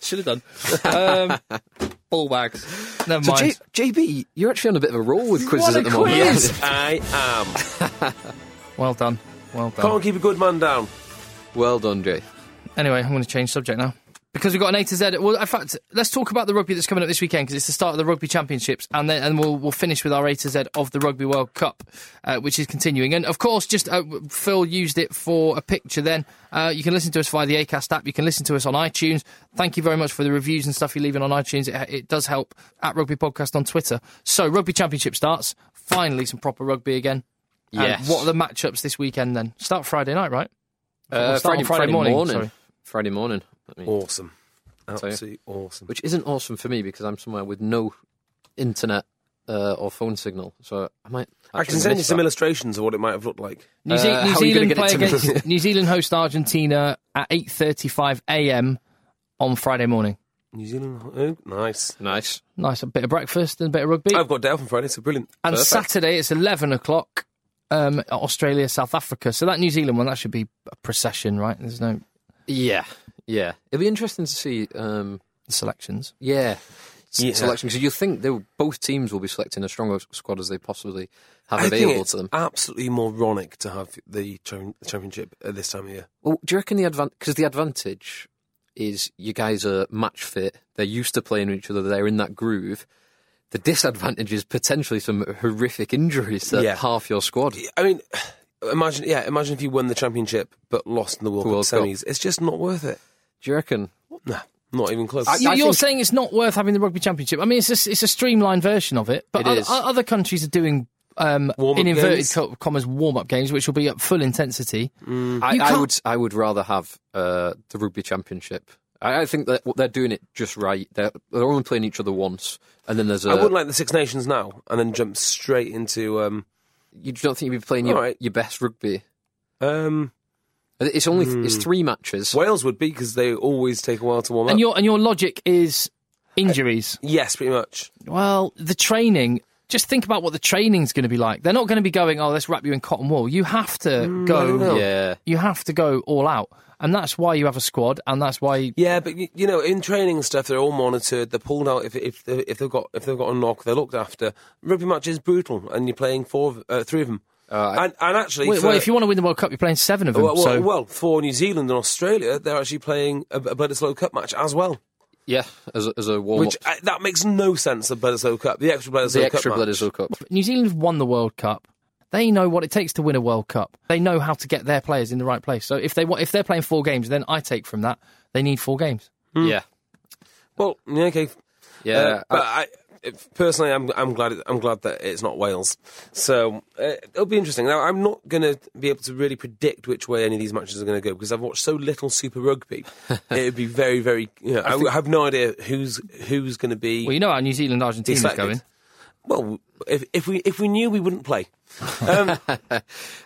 Should have done. Um, ball bags. Never So mind. J- JB, you're actually on a bit of a roll with quizzes What a at the moment. quiz! I am. well done. Well done. Can't keep a good man down. well done, Uh, Jay. Anyway, I'm going to change subject now. Because we've got an A to Z. Well, in fact, let's talk about the rugby that's coming up this weekend because it's the start of the Rugby Championships, and then and we'll we'll finish with our A to Z of the Rugby World Cup, uh, which is continuing. And of course, just uh, Phil used it for a picture. Then uh, you can listen to us via the Acast app. You can listen to us on iTunes. Thank you very much for the reviews and stuff you're leaving on iTunes. It, it does help at Rugby Podcast on Twitter. So Rugby Championship starts finally some proper rugby again. And Yes. what are the matchups this weekend? Then start Friday night, right? Uh, start on Friday morning, sorry. Oh. Friday morning. I mean, Awesome. I'll tell you. Absolutely awesome. which isn't awesome for me because I'm somewhere with no internet uh, or phone signal. So I might. I can actually send you miss some that. illustrations of what it might have looked like. New, Ze- Uh, New how are you Zealand gonna get play it to me? against New Zealand host Argentina at eight thirty-five a.m. on Friday morning. New Zealand, oh, nice. Nice. Nice, a bit of breakfast and a bit of rugby. I've got Dale from Friday, so brilliant. and Perfect. Saturday it's eleven o'clock. Um, Australia, South Africa. So that New Zealand one, that should be a procession, right? There's no Yeah, yeah. It'll be interesting to see. Um, selections. yeah. s- Yeah. Selection because you think they will- both teams will be selecting as strong a squad as they possibly have I think available it's to them. absolutely moronic to have the cha- the championship at this time of year. Well, do you reckon the advantage? Because the advantage is you guys are match fit. They're used to playing with each other. They're in that groove. The disadvantage is potentially some horrific injuries to Yeah. half your squad. I mean, imagine, yeah, imagine if you won the championship but lost in the World, The World Cup Cup. semis. It's just not worth it. Do you reckon? Nah, not even close. You, I you're think- saying it's not worth having the rugby championship. I mean, it's a, it's a streamlined version of it, but It o- is. o- other countries are doing um, Warm-up in inverted games. co- commas warm up games, which will be at full intensity. I, You I can't- would I would rather have uh, the rugby championship. I, I think that what they're doing it just right. They're, they're only playing each other once, and then there's a. I wouldn't like the Six Nations now and then jump straight into. Um, you don't think you'd be playing your, All right. your best rugby. um, It's only it's Hmm. three matches. Wales would be because they always take a while to warm up. And your and your logic is injuries. yes, pretty much. Well, the training. Just think about what the training's going to be like. They're not going to be going, "Oh, let's wrap you in cotton wool." You have to go. Yeah, You have to go all out, and that's why you have a squad, and that's why Yeah, but y- you know, in training and stuff, they're all monitored. They're pulled out if if they- if they've got if they've got a knock, they're looked after. Rugby match is brutal, and you're playing four, of- uh, three of them. and, and actually, Well, for- well, if you want to win the World Cup, you're playing seven of them. well, well, so well, for New Zealand and Australia, they're actually playing a, a Bledisloe Cup match as well, yeah. As a, as a warm which up, uh, that makes no sense. The Bledisloe Cup, the extra Bledisloe the Cup extra match. Bledisloe Cup. New Zealand have won the World Cup. They know what it takes to win a World Cup. They know how to get their players in the right place. So if they wa- if they're playing four games, then I take from that they need four games. Yeah, Well, yeah, okay, yeah. Hmm. Uh, I- but I, if- personally, I'm I'm glad it, I'm glad that it's not Wales. So uh, it'll be interesting. Now, I'm not going to be able to really predict which way any of these matches are going to go because I've watched so little Super Rugby. it would be very, very. You know, I, w- have no idea who's who's going to be. Well, you know how New Zealand Argentina is selected. going. Well, if if we if we knew, we wouldn't play. Um, I,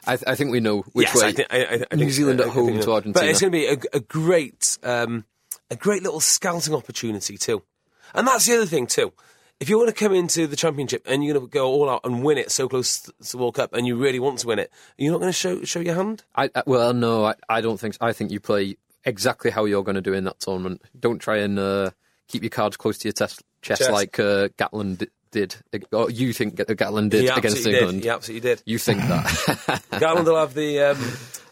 th- I think we know which yes, way. I think, I, I- I think- New Zealand I at think home we know. to Argentina. But it's going to be a, a great, um, a great little scouting opportunity too. And that's the other thing too. If you want to come into the championship and you're going to go all out and win it so close to the World Cup, and you really want to win it, you're not going to show show your hand. I, I well, no, I, I don't think. so. I think you play exactly how you're going to do in that tournament. Don't try and uh, keep your cards close to your test, chest Chest. like uh, Gatlin d- did, or you think Gat- Gatlin did He against absolutely England. did. He absolutely did. You think that? Garland will have the. Um,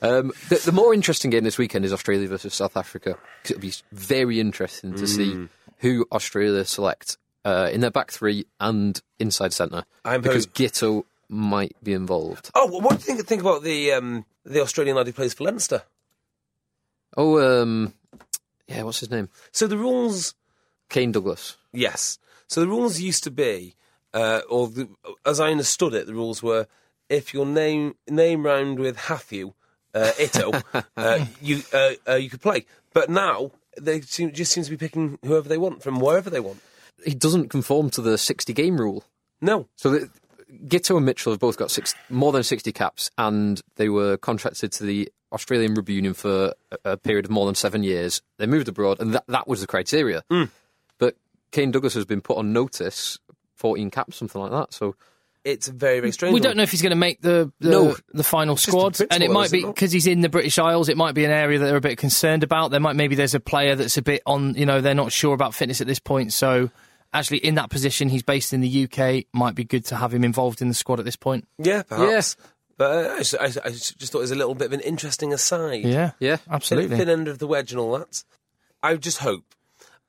um, the, the more interesting game this weekend is Australia versus South Africa. 'cause it'll be very interesting to see who Australia select uh, in their back three and inside centre I'm very- because Gitto might be involved. oh, what do you think, think about the um, the Australian lad who plays for Leinster? Oh, um, yeah, what's his name? So the rules Kane Douglas. Yes. So the rules used to be, uh, or the, as I understood it, the rules were if your name name round with Hathew, uh, Ito, uh, you uh, uh, you could play. But now they seem, just seem to be picking whoever they want from wherever they want. he doesn't conform to the 60 game rule. No, So the, Gitto and Mitchell have both got six, more than 60 caps, and they were contracted to the Australian Rugby Union for a, a period of more than seven years. They moved abroad, and that, that was the criteria. But Kane Douglas has been put on notice, 14 caps, something like that. So it's very very strange. We don't one. know if he's going to make the the, No. the final just squad, the and it principle, might is it be not? because he's in the British Isles. It might be an area that they're a bit concerned about. There might maybe there's a player that's a bit on. You know, they're not sure about fitness at this point. So actually, in that position, he's based in the UK. Might be good to have him involved in the squad at this point. Yeah, perhaps. But uh, I, just, I, I just thought it was a little bit of an interesting aside. Yeah, Yeah. absolutely. Thin, thin end of the wedge and all that. I just hope,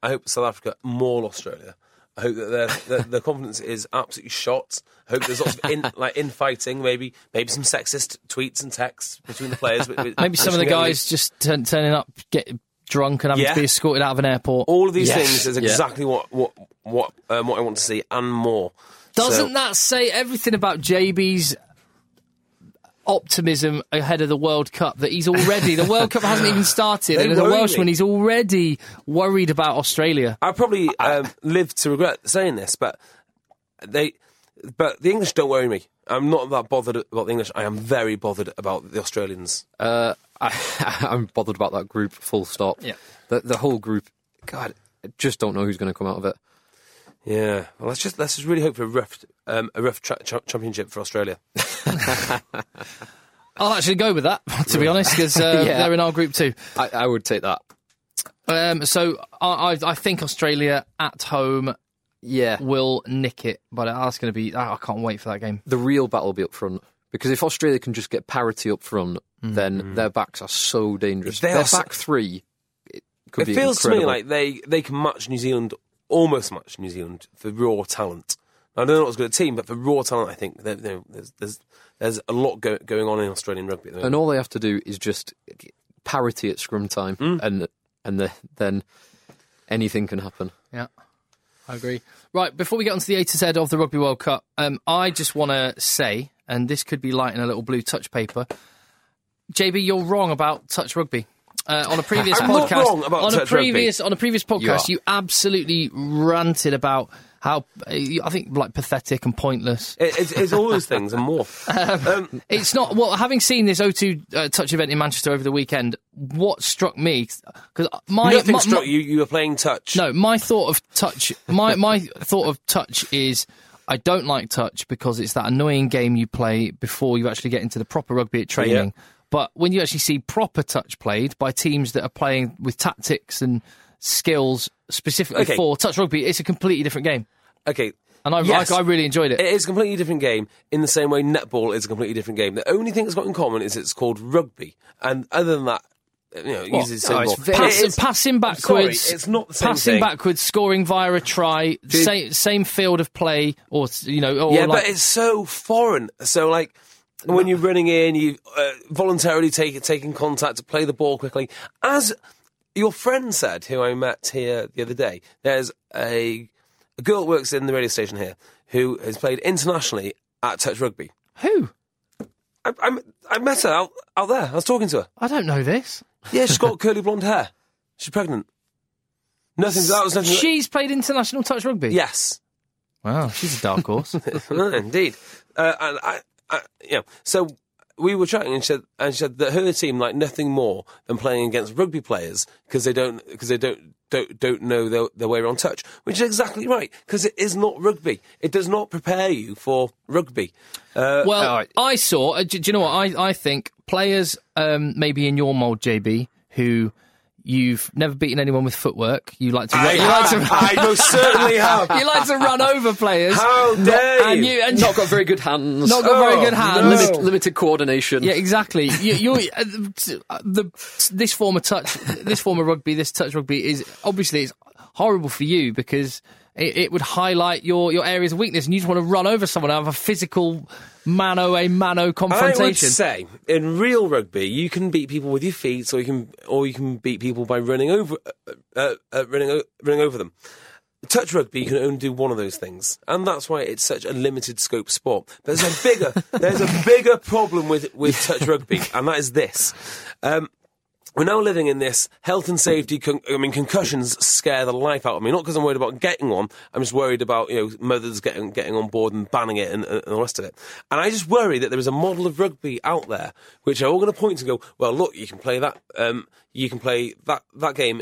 I hope South Africa maul Australia. I hope that their their, their confidence is absolutely shot. I hope there's lots of in, like infighting, maybe maybe some sexist tweets and texts between the players. which- which- Maybe some of the which can get guys just turn, turning up, get drunk, and having Yeah. to be escorted out of an airport. All of these Yes. things is Yeah. exactly what what what um, what I want to see and more. Doesn't So- that say everything about JB's optimism ahead of the World Cup that he's already the World Cup hasn't even started, They and as a worry me. Welshman, he's already worried about Australia. I probably um, live to regret saying this, but they, but the English don't worry me. I'm not that bothered about the English. I am very bothered about the Australians. Uh, I, I'm bothered about that group. Full stop. Yeah. The the whole group. God, I just don't know who's going to come out of it. Yeah. Well, let's just let's just really hope for a rough um, a rough tra- cha- championship for Australia. I'll actually go with that, to be honest, because uh, Yeah. they're in our group too. I, I would take that. Um, so I, I, I think Australia at home Yeah. will nick it, but that's going to be. ah, I can't wait for that game. The real battle will be up front because if Australia can just get parity up front, then their backs are so dangerous. They their are so- back three. It, could It be feels incredible. to me like they they can match New Zealand, almost match New Zealand for raw talent. I don't know what's good a team, but for raw talent, I think there- there- there's, there's there's a lot go- going on in Australian rugby. At the and moment. all they have to do is just parity at scrum time, and and the, then anything can happen. Yeah, I agree. Right, before we get onto the A to Z of the Rugby World Cup, um, I just want to say, and this could be light in a little blue touch paper, JB, you're wrong about touch rugby. Uh, on a previous I'm not podcast, wrong about on a touch rugby. previous on a previous podcast, you, absolutely ranted about how uh, I think like pathetic and pointless. It- it's, it's all those things and more. Um, It's not well. Having seen this O2 uh, touch event in Manchester over the weekend, what struck me because my nothing my- struck my- you. You were playing touch. No, my thought of touch. My my thought of touch is I don't like touch because it's that annoying game you play before you actually get into the proper rugby at training. But when you actually see proper touch played by teams that are playing with tactics and skills specifically Okay. for touch rugby, it's a completely different game. Okay. And I, Yes. I, I really enjoyed it. It is a completely different game in the same way netball is a completely different game. The only thing it's got in common is it's called rugby. And other than that, you know, it What? uses the same No, ball. it's pass- It is- passing I'm sorry, backwards. it's not the same passing thing. backwards, scoring via a try, same same field of play, or you know, or Yeah, like, but it's so foreign. So, like, when you're running in, you uh, voluntarily take taking contact to play the ball quickly. As your friend said, who I met here the other day, there's a, a girl that works in the radio station here who has played internationally at touch rugby. who? I, I, I met her out, out there. I was talking to her. I don't know this. Yeah, she's got curly blonde hair. She's pregnant. Nothing. That was nothing. She's played international touch rugby. yes, Wow, she's a dark horse. indeed. Uh, and I, I, yeah. So we were chatting, and she said, and she said that her team like nothing more than playing against rugby players because they don't because they don't. Don't, don't know their, their way around touch, which is exactly right because it is not rugby. It does not prepare you for rugby. Uh, Well, All right. I saw. Uh, do, do you know what? I, I think players, um, maybe in your mold, JB, who you've never beaten anyone with footwork. You like to. I, you like to. have, I most certainly have. you like to run over players. How dare and you. you? And Not got very good hands. Uh, Not got very Oh, good hands. Limit, limited coordination. Yeah, exactly. You, you're, uh, the, the- this form of touch, this form of rugby, this touch rugby is obviously it's horrible for you because it, it would highlight your, your areas of weakness, and you just want to run over someone and have a physical mano a mano I would confrontation. say in real rugby, you can beat people with your feet, or you can, or you can beat people by running over, uh, uh, uh, running, o- running over them. Touch rugby, you can only do one of those things, and that's why it's such a limited scope sport. There's a bigger, there's a bigger problem with with touch rugby, and that is this. Um, we're now living in this health and safety. Con- I mean, concussions scare the life out of me. Not because I'm worried about getting one. I'm just worried about you know mothers getting getting on board and banning it and, and the rest of it. And I just worry that there is a model of rugby out there which are all going to point and go, well, look, you can play that. Um, you can play that that game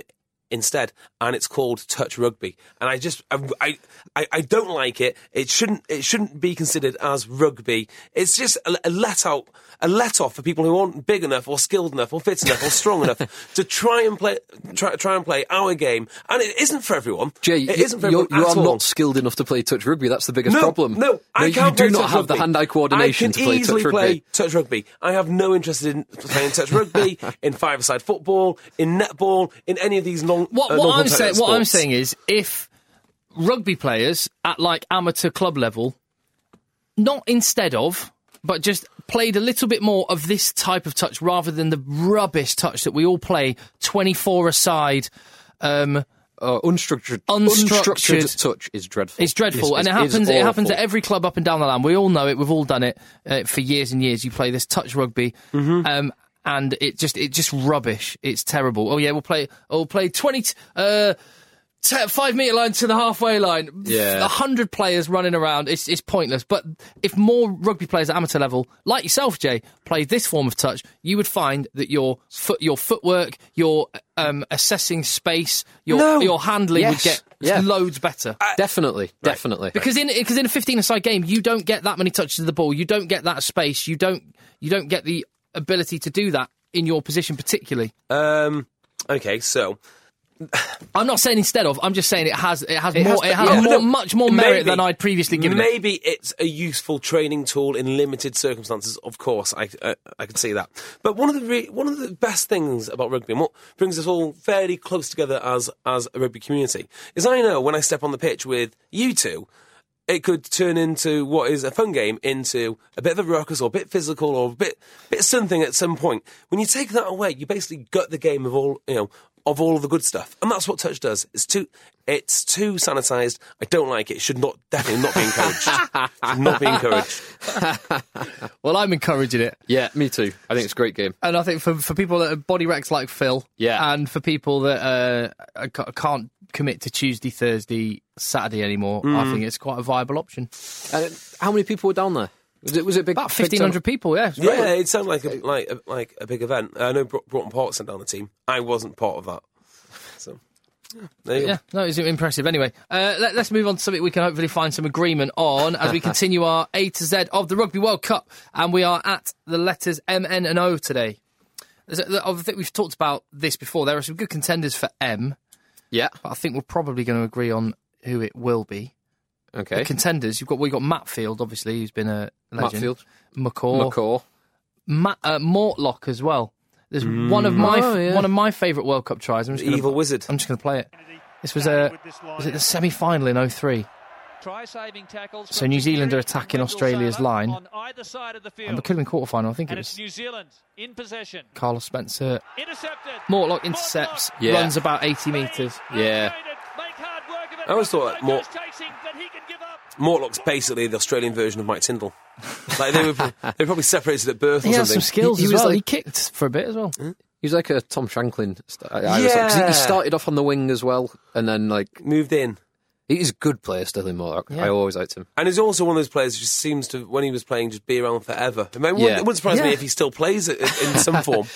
instead, and it's called touch rugby. And I just I, I- I I don't like it. It shouldn't it shouldn't be considered as rugby. It's just a, a let out a let off for people who aren't big enough or skilled enough or fit enough or strong enough to try and play try, try and play our game. And it isn't for everyone. Jay, it you- isn't for you're, everyone you at are all. not skilled enough to play touch rugby. That's the biggest no, problem. No, I you can't do play not touch have rugby. the hand-eye coordination I to can play touch easily rugby. play touch rugby. I have no interest in playing touch rugby, in five-a-side football, in netball, in any of these long. what what uh, I'm non-contact saying what I'm sports. saying is if rugby players at like amateur club level, not instead of, but just played a little bit more of this type of touch rather than the rubbish touch that we all play 24 aside. Um, uh, unstructured, Unstructured- touch is dreadful. It's dreadful, and Is- it is- is happens. It happens awful. at every club up and down the land. We all know it. We've all done it uh, for years and years. You play this touch rugby, Mm-hmm. um, and it just it just rubbish. It's terrible. Oh yeah, we'll play. Oh, we'll play twenty. t- Uh, t- Five meter line to the halfway line. Yeah. a hundred players running around. It's it's pointless. But if more rugby players at amateur level, like yourself, Jay, played this form of touch, you would find that your foot, your footwork, your um, assessing space, your No. your handling Yes. would get Yeah. loads better. Uh, definitely, definitely. Because in because in a fifteen aside game, you don't get that many touches of the ball. You don't get that space. You don't you don't get the ability to do that in your position particularly. Um, okay, so I'm not saying instead of. I'm just saying it has it has It more has- it has yeah. more, No, much more merit maybe- than I'd previously given it. Maybe it's a useful training tool in limited circumstances. Of course, I I, I can see that. But one of the re- one of the best things about rugby and what brings us all fairly close together as as a rugby community is I know when I step on the pitch with you two. It could turn into what is a fun game into a bit of a ruckus or a bit physical or a bit bit something at some point. When you take that away, you basically gut the game of all you know of all the good stuff, and that's what touch does. It's too it's too sanitized. I don't like it. It Should not definitely not be encouraged. Should not be encouraged. Well, I'm encouraging it, yeah, me too. I think it's a great game. and I think for for people that are body wrecks like Phil, Yeah. and for people that uh, I ca- can't commit to Tuesday, Thursday, Saturday anymore, Mm. I think it's quite a viable option. Uh, how many people were down there? Was it, was it a big? About big fifteen hundred people, yeah, it's Yeah, great. it sounded like a, like a, like a big event. I know Bro- Broughton Park sent down the team. I wasn't part of that. So yeah, there you Yeah, no, it's impressive. Anyway, uh, let, us move on to something we can hopefully find some agreement on as we continue our A to Z of the Rugby World Cup, and we are at the letters M, N, and O today. There's a- I think we've talked about this before. There are some good contenders for M, Yeah. but I think we're probably going to agree on who it will be. Okay. Contenders, you've got we've got Matfield, obviously, who's been a legend. Matfield. McCaw, McCaw. Ma- uh, Mortlock as well. There's one of my Oh, yeah. one of my favourite World Cup tries. I'm just go. gonna- Evil wizard. I'm just going to play it. This was a was it the semi final in 03? Try saving tackles. So from New Zealand are Tajiri and attacking Wendell Australia's Saylor line. On either side of the field. And it could have been quarter final. I think it and it's was New Zealand in possession. Carlos Spencer. Intercepted. Mortlock intercepts, Yeah. runs about 80 metres. Yeah. I always thought that Mort- Mortlock's basically the Australian version of Mike Tyndall. Like they were, they were probably separated at birth or He had some something. skills He- he as was well. like- he kicked for a bit as well. Hmm? He was like a Tom Shanklin. St- I, I was like- 'cause he- Yeah. he started off on the wing as well, and then like Moved in. he's a good player still in Morlock. Yeah. I always liked him. And he's also one of those players who just seems to, when he was playing, just be around forever. I mean, it Yeah. wouldn't, it wouldn't surprise me Yeah. if he still plays it in in some form.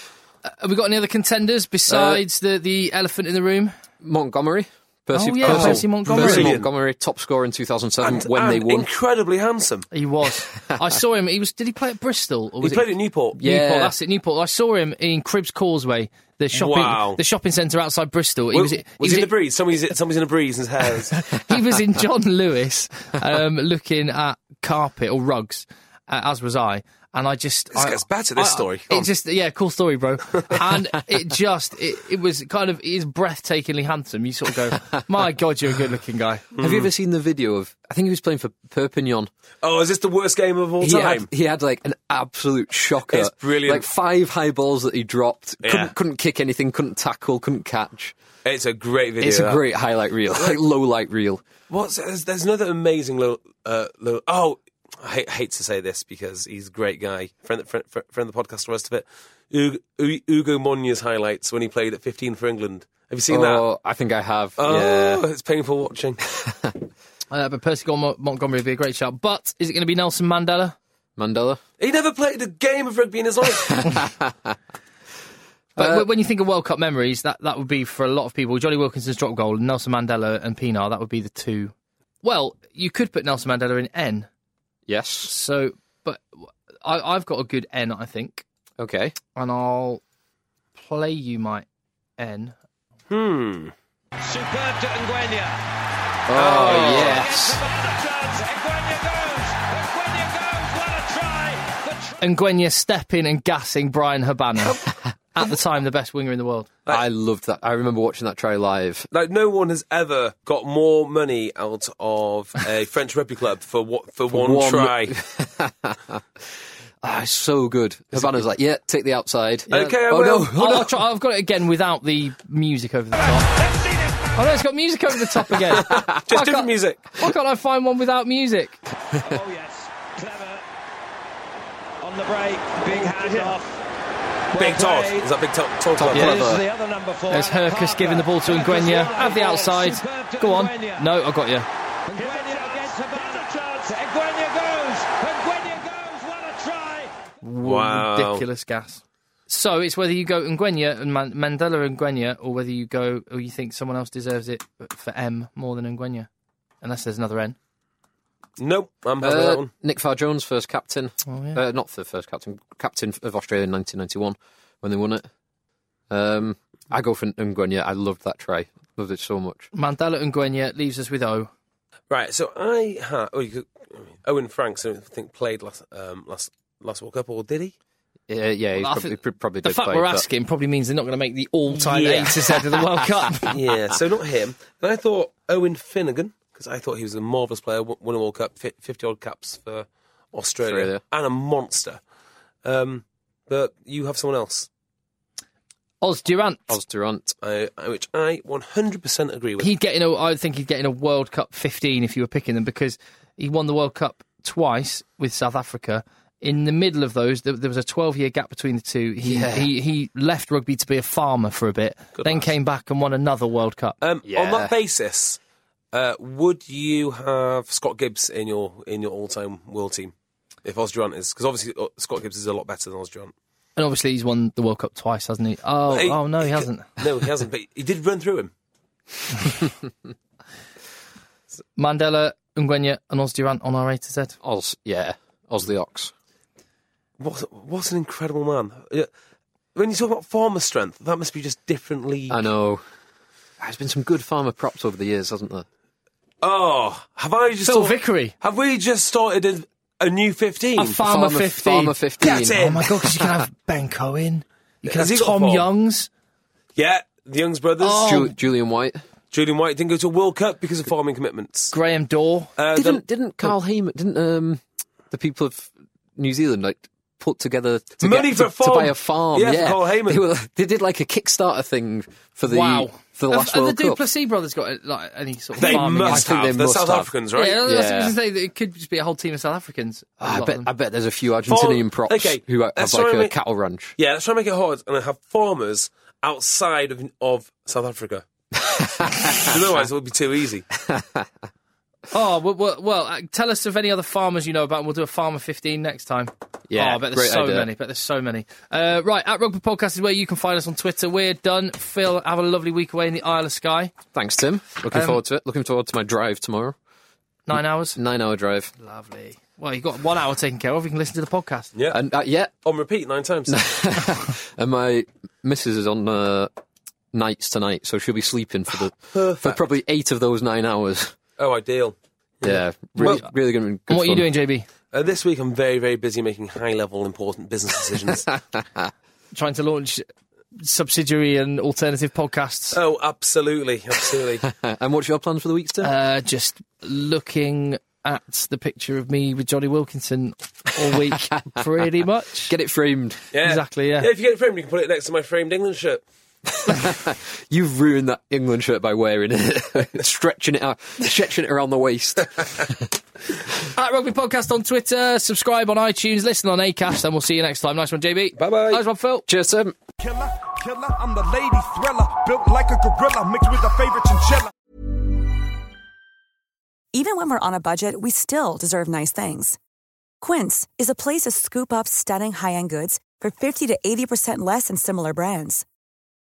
Have we got any other contenders besides the, the elephant in the room? Montgomery. Percy, Oh, yeah, Percy Montgomery. Percy Brilliant. Montgomery, top scorer in 2007 And, when and they won. incredibly handsome. He was. I saw him. He was. Did he play at Bristol? Or He was played it, at Newport. Yeah. Newport. That's it. Newport. I saw him in Cribs Causeway, the shopping, Wow. the shopping centre outside Bristol. He Well, was. He was he in the breeze? Somebody's, somebody's in a breeze and his hair is- he was in John Lewis um, looking at carpet or rugs, uh, as was I. And I just This I- gets better, this story. Come It on. just yeah, cool story, bro. And it just it, it was kind of it is breathtakingly handsome. You sort of go, my god, you're a good looking guy. Have you ever seen the video of? I think he was playing for Perpignan. Oh, is this the worst game of all He time? had, he had like an absolute shocker. It's brilliant. Like five high balls that he dropped. Couldn't, Yeah. couldn't kick anything. Couldn't tackle. Couldn't catch. It's a great video. It's that. a great highlight reel. Like low light reel. What's there's, there's another amazing little, uh, little oh, I hate, hate to say this because he's a great guy, friend, friend, friend, friend of the podcast, the rest of it. Hugo, Hugo Monya's highlights when he played at 15 for England. Have you seen that? Oh, I think I have. Oh, Yeah. it's painful watching. Uh, but Percy Gor- Montgomery would be a great shot. But is it going to be Nelson Mandela? Mandela. He never played a game of rugby in his life. Uh, But w- when you think of World Cup memories, that, that would be for a lot of people. Johnny Wilkinson's drop goal, Nelson Mandela and Pinar. That would be the two. Well, you could put Nelson Mandela in N. Yes. So, but I, I've got a good N, I think. Okay. and I'll play you my N. hmm. Superb to Nguyen. Oh, yes. And Gwenya stepping and gassing Brian Habana. At the time, the best winger in the world. I loved that. I remember watching that try live. Like no one has ever got more money out of a French rugby club for what for, one, one- try. Ah, it's so good. Havana's like, yeah, take the outside. Okay, I oh, will. No. Oh, I'll, no. I'll try, I've got it again without the music over the top. Let's see this man. Oh no, it's got music over the top again. Just different music. Why can't I find one without music? Oh, yes. Clever. On the break. Big hand off. Big Todd. played. Is that Big Todd? Todd, Todd Club? yeah. It is the other number four. There's Alan Herkus Parker. giving the ball to Herkus Nguenya wide. at the outside. Superb to Go on. Nguyen. No, I got you. Nguyen against Havana chance. Nguyen goes. Nguyen goes. What a try. Wow. Ridiculous gas. So it's whether you go Nguenya and Man- Mandela and Nguenya, or whether you go or you think someone else deserves it for M more than Nguenya, unless there's another N. Nope, I'm having that Uh, one. Nick Farr Jones, first captain. Oh, yeah. Uh, not the first captain, captain of Australia in 1991 when they won it. Um, I go for Nguyen. I loved that try. Loved it so much. Mandela and Nguenya leaves us with O. Right, so I had oh, you could, I mean, Owen Franks. I think played last um, last last World Cup, or did he? Uh, yeah, he Well, I probably, think pr- probably The did fact play, we're but- asking probably means they're not going to make the all-time Yeah. eight to set of the World Cup. yeah, so not him. And I thought Owen Finnegan, because I thought he was a marvellous player, won won a World Cup, 50 odd caps for Australia, Australia. and a monster. Um, but you have someone else, Oz Durant. Oz Durant. I, I- which I 100% agree with. He'd get in a, I think he'd get in a World Cup 15 if you were picking them because he won the World Cup twice with South Africa. In the middle of those, there, there was a 12 year gap between the two. He, he, he left rugby to be a farmer for a bit, then lad. came back and won another World Cup. um, On Yeah. that basis, uh, would you have Scott Gibbs in your in your all time world team? If Oz Durant is, because obviously uh, Scott Gibbs is a lot better than Oz Durant. and obviously, he's won the World Cup twice, hasn't he? Oh, Hey, oh no, he hasn't. No, he hasn't, but he did run through him. Mandela, Ungwenya, and Oz Durant on our A to Z. Oz, yeah. Oz the Ox. What, what an incredible man. Yeah. When you talk about farmer strength, that must be just differently. I know. There's been some good farmer props over the years, hasn't there? Oh, have I just. Phil thought- Vickery, Have we just started a, a new 15? a farmer, 15. Farmer 15. That's it. Oh my God, 'cause you can have Ben Cohen, you can Has have he got Tom four? Youngs. yeah, the Youngs brothers. Oh. Ju- Julian White. Julian White didn't go to a World Cup because of farming commitments. Graham Dorr. Uh, didn't the- didn't Carl Heyman didn't um oh. the people of New Zealand like put together to Money get- for to, a farm. to buy a farm? Yeah, for Carl Heyman. They, were, they did like a Kickstarter thing for the wow. for the Have- last have, World the Cup. Duplessis brothers got uh, like any sort of they farming? must I think have. they They're must South have. Africans, yeah, right? I was going Yeah. to say that it could just be a whole team of South Africans. A Ah, I lot bet of I them. bet there's a few Argentinian props okay, who have that's like what I a mean. cattle ranch. Yeah, let's try and make it hard and have farmers outside of, of South Africa. 'Cause Otherwise, it would be too easy. Oh well, well, well uh, tell us of any other farmers you know about, and we'll do a farmer fifteen next time. Yeah, oh, I bet there's great so idea. many. Bet there's so many. Uh, right, at Rugby Podcast is where you can find us on Twitter. We're done. Phil, have a lovely week away in the Isle of Skye. Thanks, Tim. Looking Um, forward to it. Looking forward to my drive tomorrow. Nine hours. Nine hour drive. Lovely. Well, you've got one hour taken care of. You can listen to the podcast. Yeah. And uh, yeah, On repeat nine times. and my missus is on uh, nights tonight, so she'll be sleeping for the for probably eight of those nine hours. oh, ideal. Yeah, really, really going to be good. and what are you fun. doing, JB? Uh, this week, I'm very, very busy making high level, important business decisions. Trying to launch subsidiary and alternative podcasts. oh, absolutely. Absolutely. Uh, and what's your plans for the week, Tim? uh, just looking at the picture of me with Johnny Wilkinson all week, pretty much. Get it framed. Yeah. Exactly, yeah. Yeah, if you get it framed, you can put it next to my framed England shirt. You've ruined that England shirt by wearing it, stretching it out, stretching it around the waist. At Rugby Podcast on Twitter, subscribe on iTunes, listen on Acast, and we'll see you next time. Nice one, JB. Bye Bye-bye. Nice one, Phil. Cheers, Tim. Killer, killer, I'm the lady thriller, built like a gorilla, mixed with a favorite chinchilla. even when we're on a budget, we still deserve nice things. Quince is a place to scoop up stunning high-end goods for 50 to 80% less than similar brands.